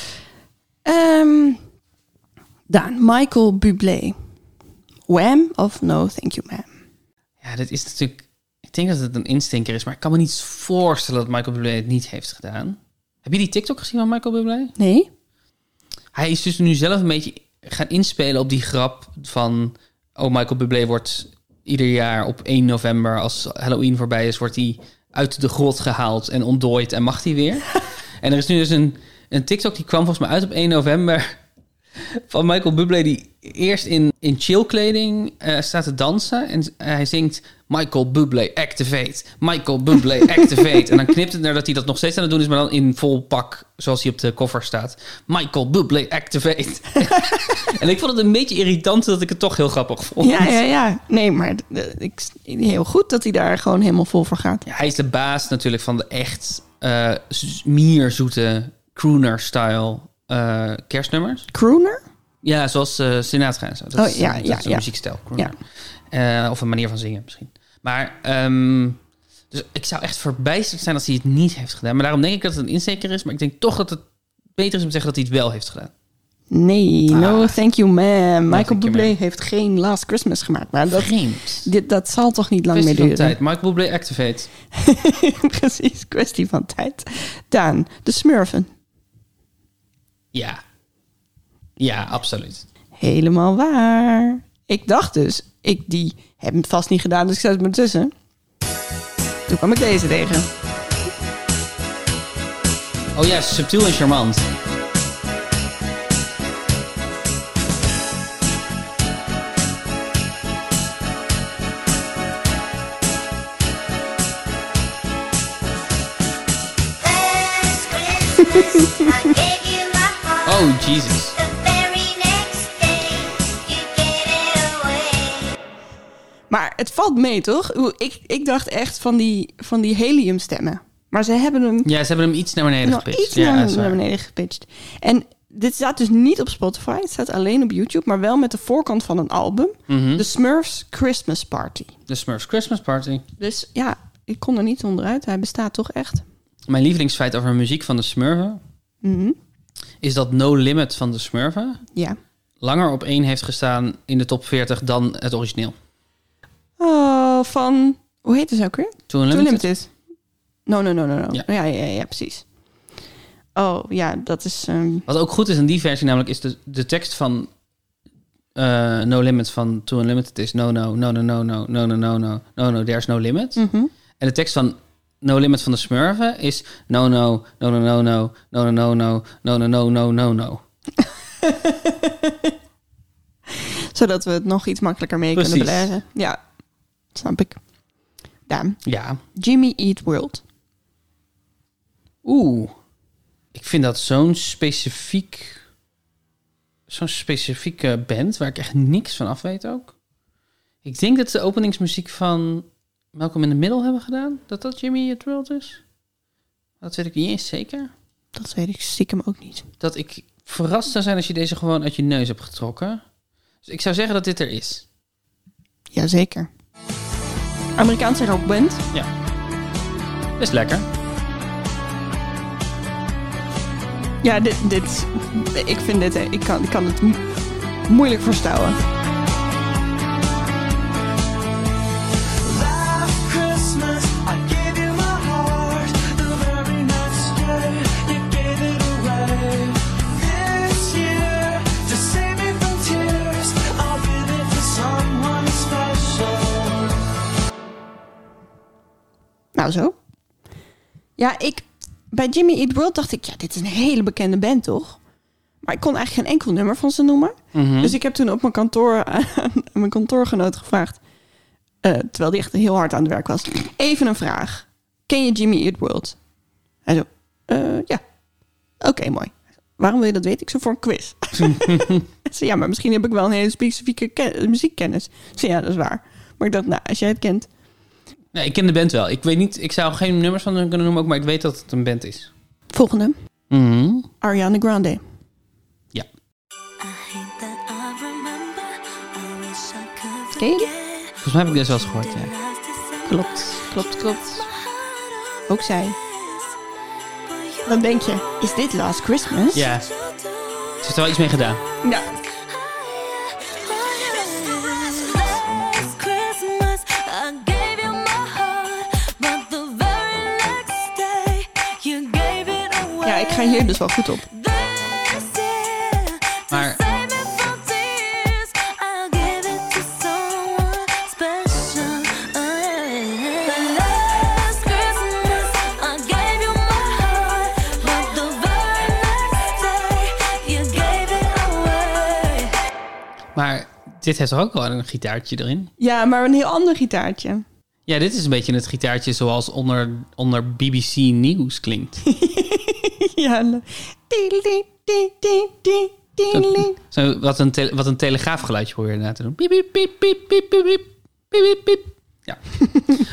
Speaker 2: Ehm, Daan, Michael Bublé. Wham of No Thank You Ma'am?
Speaker 1: Ja, dit is natuurlijk... Ik denk dat het een instinker is, maar ik kan me niet voorstellen dat Michael Bublé het niet heeft gedaan. Heb je die TikTok gezien van Michael Bublé?
Speaker 2: Nee?
Speaker 1: Hij is dus nu zelf een beetje gaan inspelen op die grap van... Oh, Michael Bublé wordt ieder jaar op 1 november, als Halloween voorbij is... wordt hij uit de grot gehaald en ontdooid en mag hij weer. en er is nu dus een, een TikTok die kwam volgens mij uit op 1 november... van Michael Bublé die eerst in, in chillkleding eh, staat te dansen. En eh, hij zingt Michael Bublé activate, Michael Bublé activate. en dan knipt het naar dat hij dat nog steeds aan het doen is... maar dan in vol pak, zoals hij op de cover staat. Michael Bublé activate. en ik vond het een beetje irritant dat ik het toch heel grappig vond.
Speaker 2: Ja, ja, ja. Nee, maar d- d- ik, s- heel goed dat hij daar gewoon helemaal vol voor gaat.
Speaker 1: Ja, hij is de baas natuurlijk van de echt eh mierzoete crooner-style eh, kerstnummers.
Speaker 2: Crooner?
Speaker 1: Ja, zoals eh Sinatra en zo. Dat
Speaker 2: Oh,
Speaker 1: is, eh,
Speaker 2: ja,
Speaker 1: dat
Speaker 2: ja,
Speaker 1: is een
Speaker 2: ja.
Speaker 1: muziekstijl. crooner. Eh, of een manier van zingen misschien. Maar ehm, dus ik zou echt verbijsterd zijn als hij het niet heeft gedaan. Maar daarom denk ik dat het een inzeker is. Maar ik denk toch dat het beter is om te zeggen dat hij het wel heeft gedaan.
Speaker 2: Nee, No Thank You Ma'am. Michael
Speaker 1: Ah. thank you,
Speaker 2: Bublé
Speaker 1: ma'am.
Speaker 2: heeft geen Last Christmas gemaakt. Maar dat,
Speaker 1: Vreemd.
Speaker 2: dit, dat zal toch niet lang meer
Speaker 1: Kwestie van
Speaker 2: duren?
Speaker 1: tijd. Michael Bublé activate.
Speaker 2: Precies, kwestie van tijd. Daan, de Smurfen.
Speaker 1: Ja. Ja, absoluut.
Speaker 2: Helemaal waar. Ik dacht dus, ik die heb hem vast niet gedaan, dus ik zet hem ertussen. Toen kwam ik deze tegen.
Speaker 1: Oh ja, subtiel en charmant.
Speaker 5: Last Christmas, I gave you my heart.
Speaker 1: Oh, Jesus.
Speaker 5: The very next day, you gave it away.
Speaker 2: Maar het valt mee, toch? Oeh, Ik, ik dacht echt van die, van die heliumstemmen. Maar ze hebben hem
Speaker 1: Ja, ze hebben hem iets naar beneden
Speaker 2: nog
Speaker 1: gepitcht.
Speaker 2: Nou, iets
Speaker 1: ja,
Speaker 2: naar,
Speaker 1: dat is waar.
Speaker 2: naar beneden gepitcht. En dit staat dus niet op Spotify. Het staat alleen op YouTube, maar wel met de voorkant van een album.
Speaker 1: Mhm.
Speaker 2: De Smurfs Christmas Party.
Speaker 1: De Smurfs Christmas Party.
Speaker 2: Dus ja, ik kon er niet onderuit. Hij bestaat toch echt?
Speaker 1: Mijn lievelingsfeit over muziek van de Smurfen... is dat No Limit van de Smurfen...
Speaker 2: Ja.
Speaker 1: langer op één heeft gestaan in de top 40 dan het origineel.
Speaker 2: Oh, van... Hoe heet het ook weer?
Speaker 1: Toen Limited.
Speaker 2: Toen Limited. No, no, no, no, no. Ja.
Speaker 1: Ja.
Speaker 2: Ja, ja, ja, precies. Oh, ja, dat is... ehm,
Speaker 1: Wat ook goed is in die versie namelijk... is de, de tekst van eh, No Limit van Too Unlimited is... No, no, no, no, no, no, no, no, no, no, no, no, there's no limit. En de tekst van No Limit van de Smurfen is... No, no, no, no, no, no, no, no, no, no, no, no, no, no, no, no.
Speaker 2: zodat we het nog iets makkelijker mee kunnen
Speaker 1: Precies.
Speaker 2: beleggen. Ja, snap ik. Daan.
Speaker 1: Ja,
Speaker 2: Jimmy Eat World.
Speaker 1: Oeh. Ik vind dat zo'n specifiek... Zo'n specifieke band waar ik echt niks van af weet ook. Ik denk dat ze de openingsmuziek van Malcolm in the Middle hebben gedaan. Dat dat Jimmy Eat World is. Dat weet ik niet eens zeker.
Speaker 2: Dat weet ik stiekem ook niet.
Speaker 1: Dat ik verrast zou zijn als je deze gewoon uit je neus hebt getrokken. Dus ik zou zeggen dat dit er is.
Speaker 2: Jazeker. Amerikaanse rockband.
Speaker 1: Ja. Best lekker.
Speaker 2: Ja, dit, dit is- ik vind dit, eh, ik kan, ik kan het mo- moeilijk verstouwen.
Speaker 6: Christmas, I gave you my heart. The very next day, you gave it away. This year, to save me from tears, I'll be there for someone special.
Speaker 2: Nou, zo. Ja, ik, bij Jimmy Eat World dacht ik, ja, dit is een hele bekende band, toch? Maar ik kon eigenlijk geen enkel nummer van ze noemen. Dus ik heb toen op mijn kantoor aan aan mijn kantoorgenoot gevraagd, eh, terwijl die echt heel hard aan het werk was. Even een vraag. Ken je Jimmy Eat World? Hij zo, "Eh, ja. Oké, mooi. Waarom wil je dat weten? Ik zo, voor een quiz. Ik zei, ja, maar misschien heb ik wel een hele specifieke ken- muziekkennis. Ik zei, ja, dat is waar. Maar ik dacht, nou, als jij het kent,
Speaker 1: Nee, ik ken de band wel. Ik weet niet, ik zou geen nummers van hen kunnen noemen, ook, maar ik weet dat het een band is.
Speaker 2: volgende.
Speaker 1: Mhm.
Speaker 2: Ariana Grande.
Speaker 1: Ja.
Speaker 4: hate that I remember. I wish I could
Speaker 2: Ken je die?
Speaker 4: forget.
Speaker 1: Volgens mij heb ik deze wel eens gehoord, ja.
Speaker 4: Loves to say
Speaker 2: Klopt, klopt, klopt.
Speaker 4: my heart on
Speaker 2: Ook zij.
Speaker 4: this, but you
Speaker 2: Dan denk je, is dit Last Christmas?
Speaker 1: Ja.
Speaker 4: don't do
Speaker 1: Ze heeft er wel iets mee gedaan.
Speaker 2: Ja.
Speaker 4: Last Christmas, I gave you my heart, but the very next day, you gave it away.
Speaker 2: ja, ik ga hier dus wel goed op.
Speaker 4: This year, to
Speaker 1: Maar-
Speaker 4: save me from tears, I'll give it to someone special. The last Christmas, I gave you my heart, but the very next day, you gave it away.
Speaker 1: Maar dit heeft toch ook wel een gitaartje erin?
Speaker 2: Ja, maar een heel ander gitaartje.
Speaker 1: Ja, dit is een beetje het gitaartje zoals onder, onder BBC Nieuws klinkt. Zo'n-
Speaker 2: ja. le- Ding, ding, ding, ding, ding, ding, ding.
Speaker 1: zo'n- wat, een tele- wat een telegraafgeluidje hoor je daarna te doen. Piep, piep, piep, piep, piep, piep, piep, piep, piep, piep. Ja.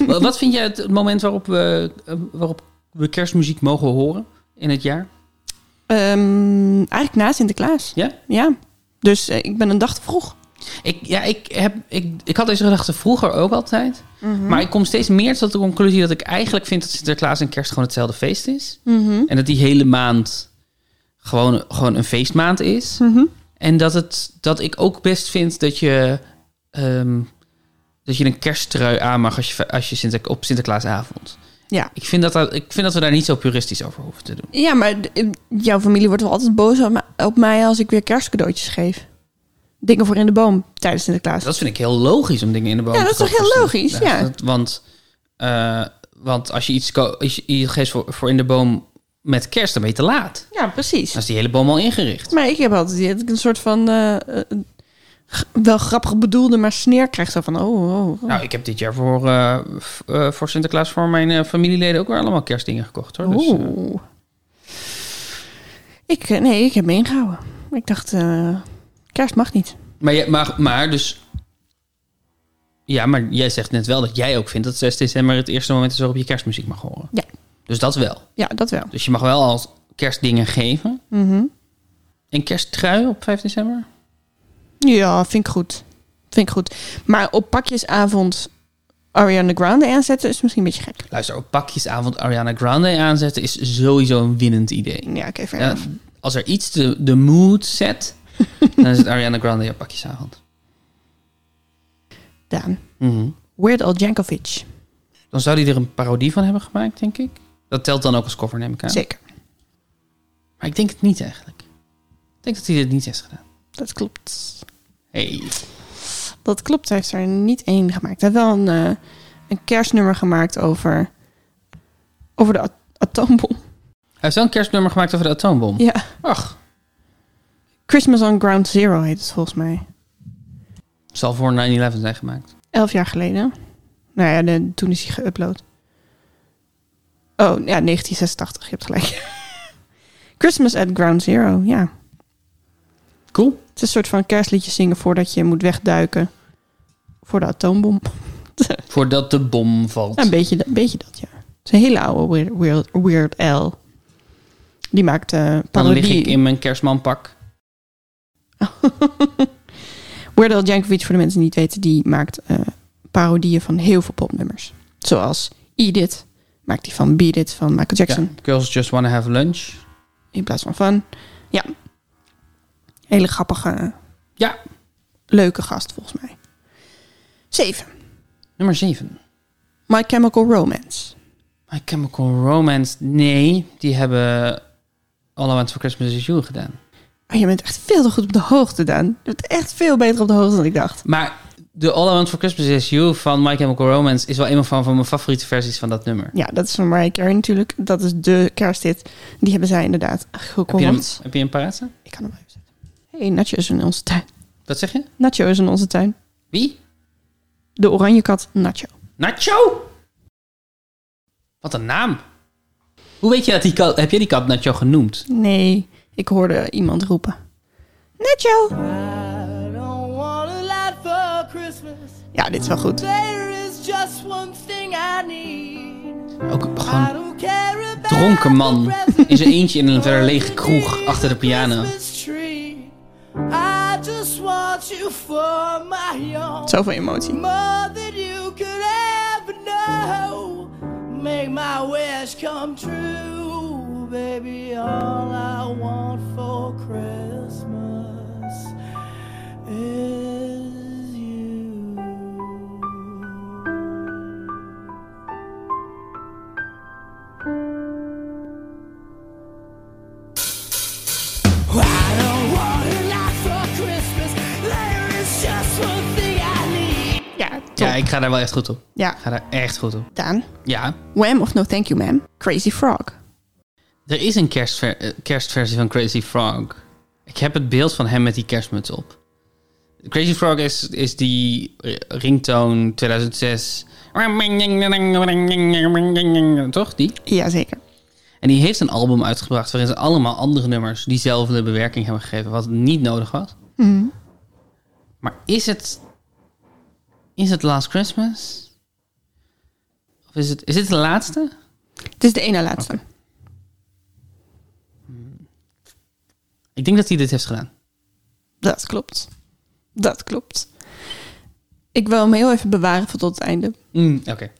Speaker 1: Wa- wat vind jij het moment waarop we, eh, waarop we kerstmuziek mogen horen in het jaar?
Speaker 2: Ehm, eigenlijk na Sinterklaas.
Speaker 1: Ja?
Speaker 2: Ja. Dus eh, ik ben een dag te vroeg.
Speaker 1: Ik, ja, ik, heb, ik, ik had deze gedachte vroeger ook altijd. Maar ik kom steeds meer tot de conclusie dat ik eigenlijk vind dat Sinterklaas en kerst gewoon hetzelfde feest is. En dat die hele maand gewoon, gewoon een feestmaand is. En dat, het, dat ik ook best vind dat je, ehm, dat je een kersttrui aan mag als je, als je Sinter, op Sinterklaasavond.
Speaker 2: Ja.
Speaker 1: Ik vind dat, dat, ik vind dat we daar niet zo puristisch over hoeven te doen.
Speaker 2: Ja, maar d- eh, jouw familie wordt wel altijd boos op, me- op mij als ik weer kerstcadeautjes geef. Dingen voor in de boom tijdens Sinterklaas.
Speaker 1: Dat vind ik heel logisch om dingen in de boom
Speaker 2: Ja,
Speaker 1: te
Speaker 2: dat is toch
Speaker 1: proppen.
Speaker 2: heel logisch, ja.
Speaker 1: dat- want, eh, want als je iets, ko- als je iets geeft voor, voor in de boom met kerst, dan ben je te laat.
Speaker 2: Ja, precies.
Speaker 1: Dan is die hele boom al ingericht.
Speaker 2: Maar ik heb altijd die- dat ik een soort van eh, eh, g- wel grappig bedoelde, maar sneer krijg. Zo van, oh, oh, oh.
Speaker 1: Nou, ik heb dit jaar voor, eh, f- eh, voor Sinterklaas voor mijn eh, familieleden ook weer allemaal kerstdingen gekocht. Hoor. Dus, eh,
Speaker 2: Oeh. Ik, eh, nee, ik heb me ingehouden. Ik dacht, eh, kerst mag niet.
Speaker 1: maar, je- maar, maar dus... Ja, maar jij zegt net wel dat jij ook vindt dat 6 december het eerste moment is waarop je kerstmuziek mag horen.
Speaker 2: Ja,
Speaker 1: Dus dat wel.
Speaker 2: ja dat wel.
Speaker 1: Dus je mag wel als kerstdingen geven.
Speaker 2: Mhm.
Speaker 1: Een kersttrui op 5 december?
Speaker 2: Ja, vind ik goed. Vind ik goed. Maar op pakjesavond Ariana Grande aanzetten is misschien een beetje gek.
Speaker 1: Luister, op pakjesavond Ariana Grande aanzetten is sowieso een winnend idee.
Speaker 2: Ja, oké, fair
Speaker 1: Ja,
Speaker 2: enough.
Speaker 1: als er iets de, de mood zet, dan is het Ariana Grande op pakjesavond.
Speaker 2: Daan.
Speaker 1: Mhm.
Speaker 2: Weird Al Jankovic.
Speaker 1: Dan zou hij er een parodie van hebben gemaakt, denk ik. Dat telt dan ook als cover, neem ik aan.
Speaker 2: Zeker,
Speaker 1: Maar ik denk het niet eigenlijk. Ik denk dat hij dit niet heeft gedaan.
Speaker 2: dat klopt.
Speaker 1: Hey.
Speaker 2: Dat klopt, hij heeft er niet één gemaakt. Hij heeft wel een, eh, een kerstnummer gemaakt over, over de at- atoombom.
Speaker 1: Hij heeft zo'n kerstnummer gemaakt over de atoombom.
Speaker 2: Ja.
Speaker 1: Ach,
Speaker 2: Christmas on Ground Zero heet het volgens mij.
Speaker 1: zal voor 9-11 zijn gemaakt.
Speaker 2: Elf jaar geleden. Nou ja, de- toen is hij geüpload. Oh, ja, 1986. Je hebt gelijk. Christmas at Ground Zero, ja.
Speaker 1: Cool.
Speaker 2: Het is een soort van kerstliedje zingen voordat je moet wegduiken. Voor de atoombom.
Speaker 1: Voordat de bom valt.
Speaker 2: Ja, een, beetje, dat- een beetje dat, ja. Het is een hele oude Weird, Weird, Weird Al. Die maakt eh
Speaker 1: dan lig
Speaker 2: parodie.
Speaker 1: ik in mijn kerstmanpak.
Speaker 2: Weird Al Jankovic, voor de mensen die het niet weten, die maakt eh, parodieën van heel veel popnummers. Zoals Eat It, maakt die van Beat It van Michael
Speaker 1: Ja.
Speaker 2: Jackson.
Speaker 1: Girls just wanna have lunch.
Speaker 2: In plaats van Fun. Ja. Hele grappige,
Speaker 1: Ja,
Speaker 2: leuke gast volgens mij. Zeven.
Speaker 1: nummer 7.
Speaker 2: My Chemical Romance.
Speaker 1: My Chemical Romance, nee. Die hebben All I Want For Christmas Is You gedaan.
Speaker 2: Oh, je bent echt veel te goed op de hoogte, Daan. Je bent echt veel beter op de hoogte dan ik dacht.
Speaker 1: Maar de All I Want For Christmas Is You van My Chemical Romance... is wel een van, van mijn favoriete versies van dat nummer.
Speaker 2: Ja, dat is van Mariah Carey natuurlijk. Dat is de kersthit. Die hebben zij inderdaad
Speaker 1: Heb je, hem,
Speaker 2: gecoverd.
Speaker 1: heb je hem paraat staan?
Speaker 2: Ik kan hem even zetten. Hé, hey, Nacho is in onze tuin.
Speaker 1: Wat zeg je?
Speaker 2: Nacho is in onze tuin.
Speaker 1: Wie?
Speaker 2: De oranje kat Nacho.
Speaker 1: Nacho? Wat een naam. Hoe weet je dat die kat... Heb jij die kat Nacho genoemd?
Speaker 2: Nee, ik hoorde iemand roepen. Nacho!
Speaker 7: I don't want a lot for Christmas.
Speaker 2: Ja, dit is wel goed.
Speaker 7: There is just one thing I need.
Speaker 1: Ook
Speaker 7: I
Speaker 1: gewoon
Speaker 7: don't care about
Speaker 1: dronken man.
Speaker 7: the
Speaker 1: In zijn eentje in een verder lege
Speaker 7: presents
Speaker 1: kroeg achter de
Speaker 7: or
Speaker 1: piano.
Speaker 7: Christmas tree. I just want you for my own.
Speaker 2: Zoveel emotie.
Speaker 7: More than you could ever know. Make my wish come true. baby, all I want for Christmas is you. I don't want a lot for Christmas. There is just one thing I need.
Speaker 2: Ja, top.
Speaker 1: Ja,
Speaker 2: Ja,
Speaker 1: ik ga daar wel echt goed op.
Speaker 2: ja.
Speaker 1: Ik ga daar echt goed op.
Speaker 2: Daan.
Speaker 1: Ja,
Speaker 2: Wham of No Thank You Ma'am. Crazy Frog.
Speaker 1: er is een kerstver- eh, kerstversie van Crazy Frog. Ik heb het beeld van hem met die kerstmuts op. Crazy Frog is, is die eh, ringtoon 2006. Toch? Die?
Speaker 2: Jazeker.
Speaker 1: En die heeft een album uitgebracht waarin ze allemaal andere nummers diezelfde bewerking hebben gegeven, wat niet nodig was. Maar is het. Is het Last Christmas? Of is het. Is dit de laatste?
Speaker 2: Het is de ene laatste.
Speaker 1: Ik denk dat hij dit heeft gedaan.
Speaker 2: Dat klopt. Dat klopt. Ik wil hem heel even bewaren voor tot het einde.
Speaker 1: Mm, Oké.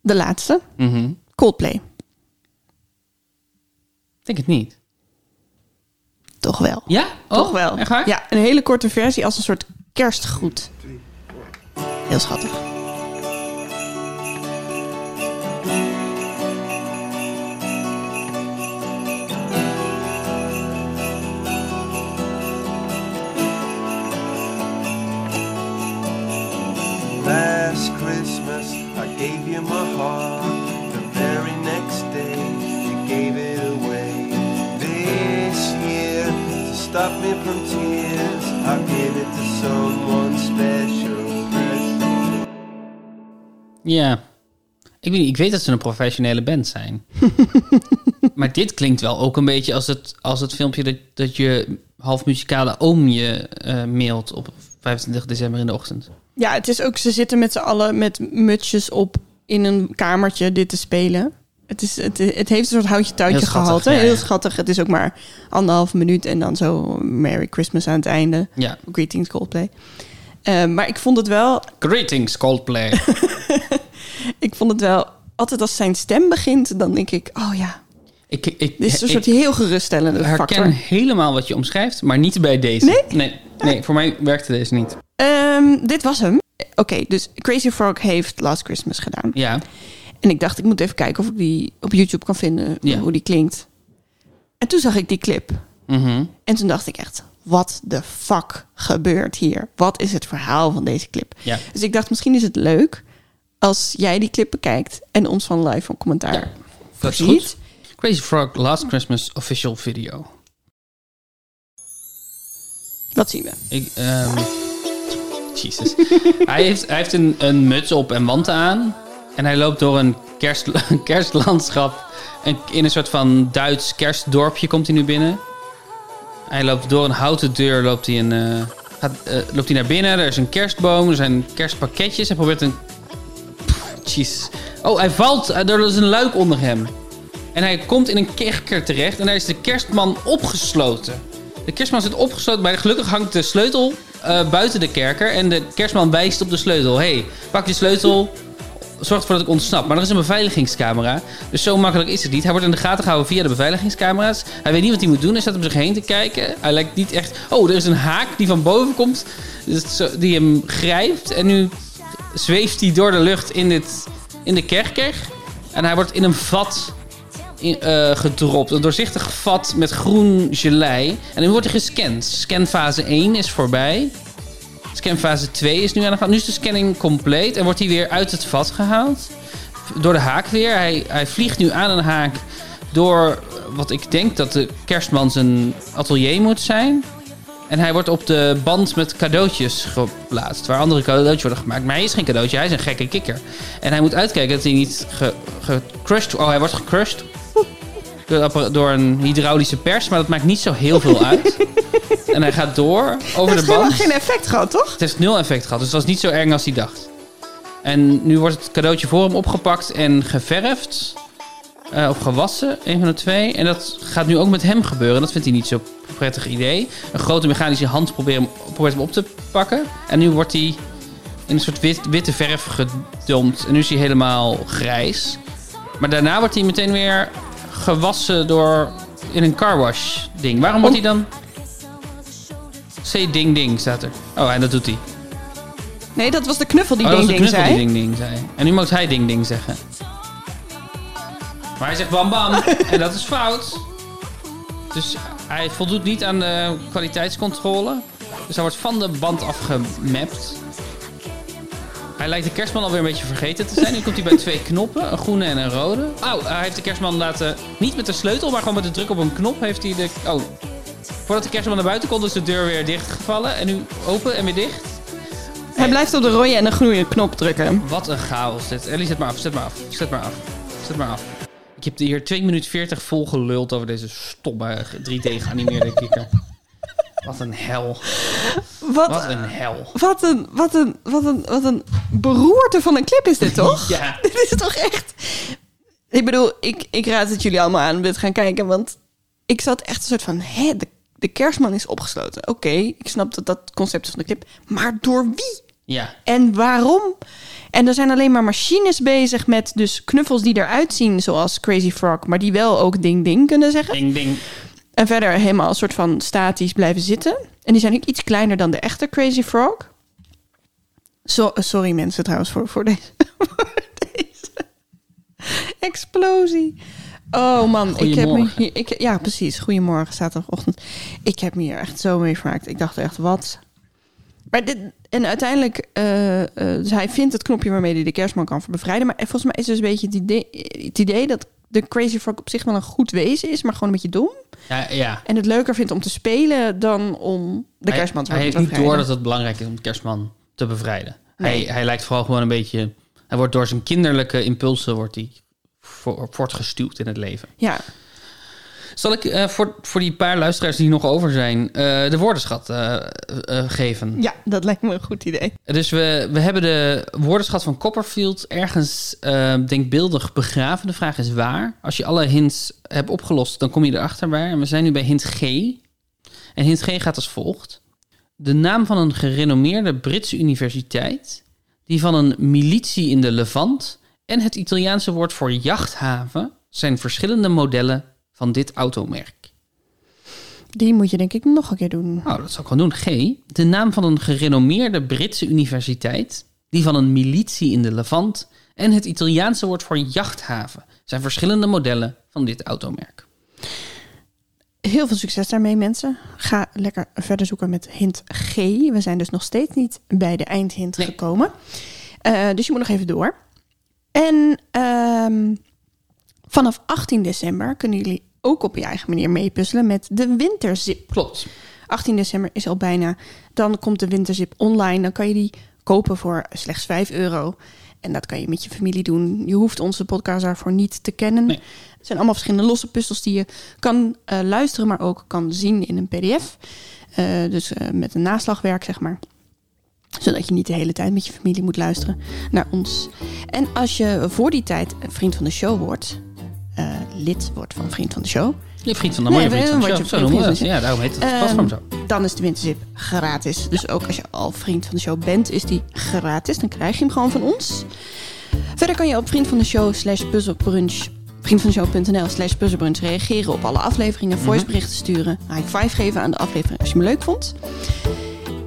Speaker 2: De laatste.
Speaker 1: Mhm.
Speaker 2: Coldplay.
Speaker 1: Ik denk het niet.
Speaker 2: Toch wel.
Speaker 1: Ja?
Speaker 2: Toch
Speaker 1: Oh,
Speaker 2: wel.
Speaker 1: Echt waar?
Speaker 2: Ja, een hele korte versie als een soort kerstgroet. Heel schattig.
Speaker 6: Last Christmas, I gave you my heart. The very next day, you gave it away. This year, to stop me from tears, I'll give it to someone special. special.
Speaker 1: Ja. Ik weet, niet, ik weet dat ze een professionele band zijn. maar dit klinkt wel ook een beetje als het, als het filmpje dat, dat je half muzikale oom je eh, mailt op 25 december in de ochtend.
Speaker 2: Ja, het is ook, ze zitten met z'n allen met mutsjes op in een kamertje dit te spelen. Het, is, het, het heeft een soort houtje touwtje
Speaker 1: Heel schattig,
Speaker 2: gehalte.
Speaker 1: ja, ja.
Speaker 2: Heel schattig. Het is ook maar anderhalf minuut en dan zo Merry Christmas aan het einde.
Speaker 1: Ja.
Speaker 2: Greetings Coldplay. Eh, maar ik vond het wel,
Speaker 1: Greetings Coldplay.
Speaker 2: ik vond het wel, altijd als zijn stem begint, dan denk ik, oh ja,
Speaker 1: ik, ik,
Speaker 2: dit is een
Speaker 1: ik
Speaker 2: soort heel geruststellende
Speaker 1: herken
Speaker 2: factor.
Speaker 1: helemaal wat je omschrijft, maar niet bij deze.
Speaker 2: Nee?
Speaker 1: Nee, nee, voor mij werkte deze niet.
Speaker 2: Ehm, dit was hem. Oké, dus Crazy Frog heeft Last Christmas gedaan.
Speaker 1: Ja.
Speaker 2: En ik dacht, ik moet even kijken of ik die op YouTube kan vinden,
Speaker 1: Ja.
Speaker 2: hoe die klinkt. En toen zag ik die clip.
Speaker 1: Mhm.
Speaker 2: En toen dacht ik echt, wat de fuck gebeurt hier? Wat is het verhaal van deze clip?
Speaker 1: Ja.
Speaker 2: Dus ik dacht, misschien is het leuk als jij die clip bekijkt en ons van live een commentaar
Speaker 1: Ja, Dat is
Speaker 2: voorziet.
Speaker 1: goed. Crazy Frog Last Christmas official video.
Speaker 2: Wat zien we?
Speaker 1: Ik, ehm Jezus. hij, heeft, hij heeft een, een muts op en wanten aan. En hij loopt door een kerst, een kerstlandschap. En in een soort van Duits kerstdorpje komt hij nu binnen. Hij loopt door een houten deur, loopt hij, een, eh, gaat, eh, loopt hij naar binnen. Er is een kerstboom, er zijn kerstpakketjes. Hij probeert een... Pff, Jeez. Oh, hij valt. Eh, Er is een luik onder hem. En hij komt in een kerker terecht en daar is de kerstman opgesloten. De kerstman zit opgesloten, maar gelukkig hangt de sleutel eh, buiten de kerker. En de kerstman wijst op de sleutel. Hé, hey, pak die sleutel, zorg ervoor dat ik ontsnap. Maar er is een beveiligingscamera, dus zo makkelijk is het niet. Hij wordt in de gaten gehouden via de beveiligingscamera's. Hij weet niet wat hij moet doen, hij staat om zich heen te kijken. Hij lijkt niet echt... Oh, er is een haak die van boven komt, dus zo- die hem grijpt. En nu zweeft hij door de lucht in, dit, in de kerker. En hij wordt in een vat in, eh, gedropt. Een doorzichtig vat met groen gelei. En nu wordt hij gescand. Scanfase 1 is voorbij. Scanfase 2 is nu aan de gang. Nu is de scanning compleet en wordt hij weer uit het vat gehaald. Door de haak weer. Hij, hij vliegt nu aan een haak door wat ik denk dat de kerstman zijn atelier moet zijn. En hij wordt op de band met cadeautjes geplaatst. Waar andere cadeautjes worden gemaakt. Maar hij is geen cadeautje, hij is een gekke kikker. En hij moet uitkijken dat hij niet ge- gecrushed wordt. Oh, hij wordt gecrushed. Door, een appara- door een hydraulische pers. Maar dat maakt niet zo heel veel uit. en hij gaat door over
Speaker 2: Het
Speaker 1: de
Speaker 2: heeft helemaal
Speaker 1: band.
Speaker 2: geen effect gehad, toch?
Speaker 1: Het heeft nul effect gehad, dus het was niet zo erg als hij dacht. En nu wordt het cadeautje voor hem opgepakt en geverfd. eh, of gewassen, een van de twee. En dat gaat nu ook met hem gebeuren. Dat vindt hij niet zo'n prettig idee. Een grote mechanische hand probeert hem, probeert hem op te pakken. En nu wordt hij in een soort wit- witte verf gedompt. En nu is hij helemaal grijs. Maar daarna wordt hij meteen weer gewassen door... in een carwash ding. Waarom wordt hij dan... C ding ding staat er. Oh, en dat doet hij.
Speaker 2: Nee, dat was de knuffel die
Speaker 1: oh, dat
Speaker 2: ding
Speaker 1: was de
Speaker 2: ding
Speaker 1: knuffel
Speaker 2: zei.
Speaker 1: die ding ding zei. En nu moet hij ding ding zeggen. Maar hij zegt bam bam. en dat is fout. Dus hij voldoet niet aan de kwaliteitscontrole. Dus hij wordt van de band afgemapt. Hij lijkt de kerstman alweer een beetje vergeten te zijn. Nu komt hij bij twee knoppen, een groene en een rode. Oh, hij heeft de kerstman laten... Niet met de sleutel, maar gewoon met de druk op een knop heeft hij de... Oh, voordat de kerstman naar buiten kon is de deur weer dichtgevallen. En nu open en weer dicht.
Speaker 2: Hij blijft op de rode en de groene knop drukken.
Speaker 1: Wat een chaos dit. Ellie, zet maar af, zet maar af, zet maar af, zet maar af. Ik heb hier 2 minuten 40 vol geluld over deze stomme 3D geanimeerde kikker. Wat een hel.
Speaker 2: Wat,
Speaker 1: Wat een hel.
Speaker 2: wat, een, wat, een, wat, een, wat een beroerte van een clip is dit, toch?
Speaker 1: Ja.
Speaker 2: Dit is toch echt... Ik bedoel, ik, ik raad het jullie allemaal aan om dit te gaan kijken, want ik zat echt een soort van... Hé, de, de kerstman is opgesloten. Oké, ik snap dat dat concept is van de clip. Maar door wie?
Speaker 1: Ja.
Speaker 2: En waarom? En er zijn alleen maar machines bezig met dus knuffels die eruit zien zoals Crazy Frog, maar die wel ook ding ding kunnen zeggen.
Speaker 1: Ding ding.
Speaker 2: En verder helemaal een soort van statisch blijven zitten. En die zijn ook iets kleiner dan de echte Crazy Frog. Zo- eh, sorry mensen trouwens voor, voor, deze, voor deze explosie. Oh man, ik heb me
Speaker 1: Goedemorgen.
Speaker 2: hier, ik, ja precies, goedemorgen zaterdagochtend. Ik heb me hier echt zo mee vermaakt. Ik dacht echt, wat? Maar dit, en uiteindelijk, eh, eh, dus hij vindt het knopje waarmee hij de kerstman kan bevrijden. Maar volgens mij is dus een beetje het idee, het idee dat de Crazy Frog op zich wel een goed wezen is, maar gewoon een beetje dom.
Speaker 1: Ja, ja.
Speaker 2: En het leuker vindt om te spelen dan om de
Speaker 1: Hij-
Speaker 2: kerstman te
Speaker 1: Hij heeft
Speaker 2: bevrijden.
Speaker 1: niet door dat het belangrijk is om de kerstman te bevrijden.
Speaker 2: Nee.
Speaker 1: Hij, hij lijkt vooral gewoon een beetje... Hij wordt door zijn kinderlijke impulsen wordt hij voor- voortgestuwd in het leven.
Speaker 2: Ja,
Speaker 1: Zal ik eh, voor, voor die paar luisteraars die nog over zijn... eh, de woordenschat eh, eh, geven?
Speaker 2: ja, dat lijkt me een goed idee.
Speaker 1: Dus we, we hebben de woordenschat van Copperfield ergens eh, denkbeeldig begraven. De vraag is waar. Als je alle hints hebt opgelost, dan kom je erachter waar. En we zijn nu bij hint G. En hint G gaat als volgt. De naam van een gerenommeerde Britse universiteit... die van een militie in de Levant... en het Italiaanse woord voor jachthaven... zijn verschillende modellen van dit automerk.
Speaker 2: Die moet je denk ik nog een keer doen.
Speaker 1: Nou, dat zou ik wel doen. G. De naam van een gerenommeerde Britse universiteit, die van een militie in de Levant en het Italiaanse woord voor jachthaven zijn verschillende modellen van dit automerk.
Speaker 2: Heel veel succes daarmee mensen. Ga lekker verder zoeken met hint G. We zijn dus nog steeds niet bij de eindhint
Speaker 1: Nee.
Speaker 2: gekomen. Eh, dus je moet nog even door. En ehm, vanaf 18 december kunnen jullie ook op je eigen manier meepuzzelen met de winterzip.
Speaker 1: Klopt.
Speaker 2: 18 december is al bijna. Dan komt de winterzip online. Dan kan je die kopen voor slechts 5 euro. En dat kan je met je familie doen. Je hoeft onze podcast daarvoor niet te kennen.
Speaker 1: Nee.
Speaker 2: Het zijn allemaal verschillende losse puzzels die je kan eh, luisteren, maar ook kan zien in een PDF. Eh, dus eh, met een naslagwerk, zeg maar zodat je niet de hele tijd met je familie moet luisteren naar ons. En als je voor die tijd een vriend van de show wordt, eh, lid wordt van Vriend van de Show,
Speaker 1: Je vriend van de mooie
Speaker 2: Nee,
Speaker 1: vriend van de
Speaker 2: we-
Speaker 1: show.
Speaker 2: word je
Speaker 1: Zo noemen we dat.
Speaker 2: vriend van
Speaker 1: Ja,
Speaker 2: de show.
Speaker 1: daarom heet het platform zo.
Speaker 2: Ehm, Dan is de winterzip gratis. Dus ook als je al vriend van de show bent, is die gratis. Dan krijg je hem gewoon van ons. Verder kan je op vriend van de show slash puzzelbrunch vriendvandeshow.nl slash puzzelbrunch reageren op alle afleveringen,
Speaker 1: Mhm.
Speaker 2: voiceberichten sturen, high five geven aan de aflevering als je me leuk vond.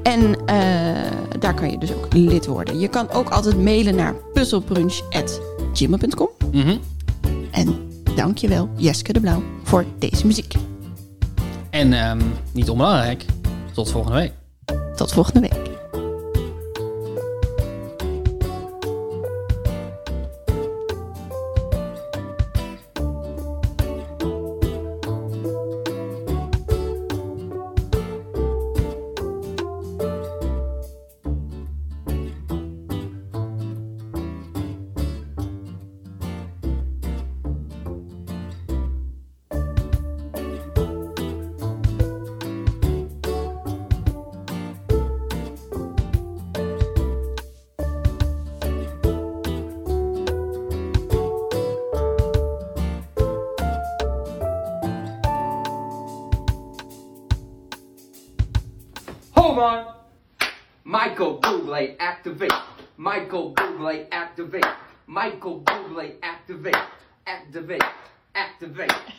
Speaker 2: En eh, daar kan je dus ook lid worden. Je kan ook altijd mailen naar puzzelbrunch.gmail.com
Speaker 1: Mhm.
Speaker 2: En dankjewel Jeske de Blauw voor deze muziek.
Speaker 1: En ehm, niet onbelangrijk, tot volgende week.
Speaker 2: Tot volgende week.
Speaker 8: Hold on. Michael Bublé activate. Michael Bublé activate. Michael Bublé activate. Activate. Activate.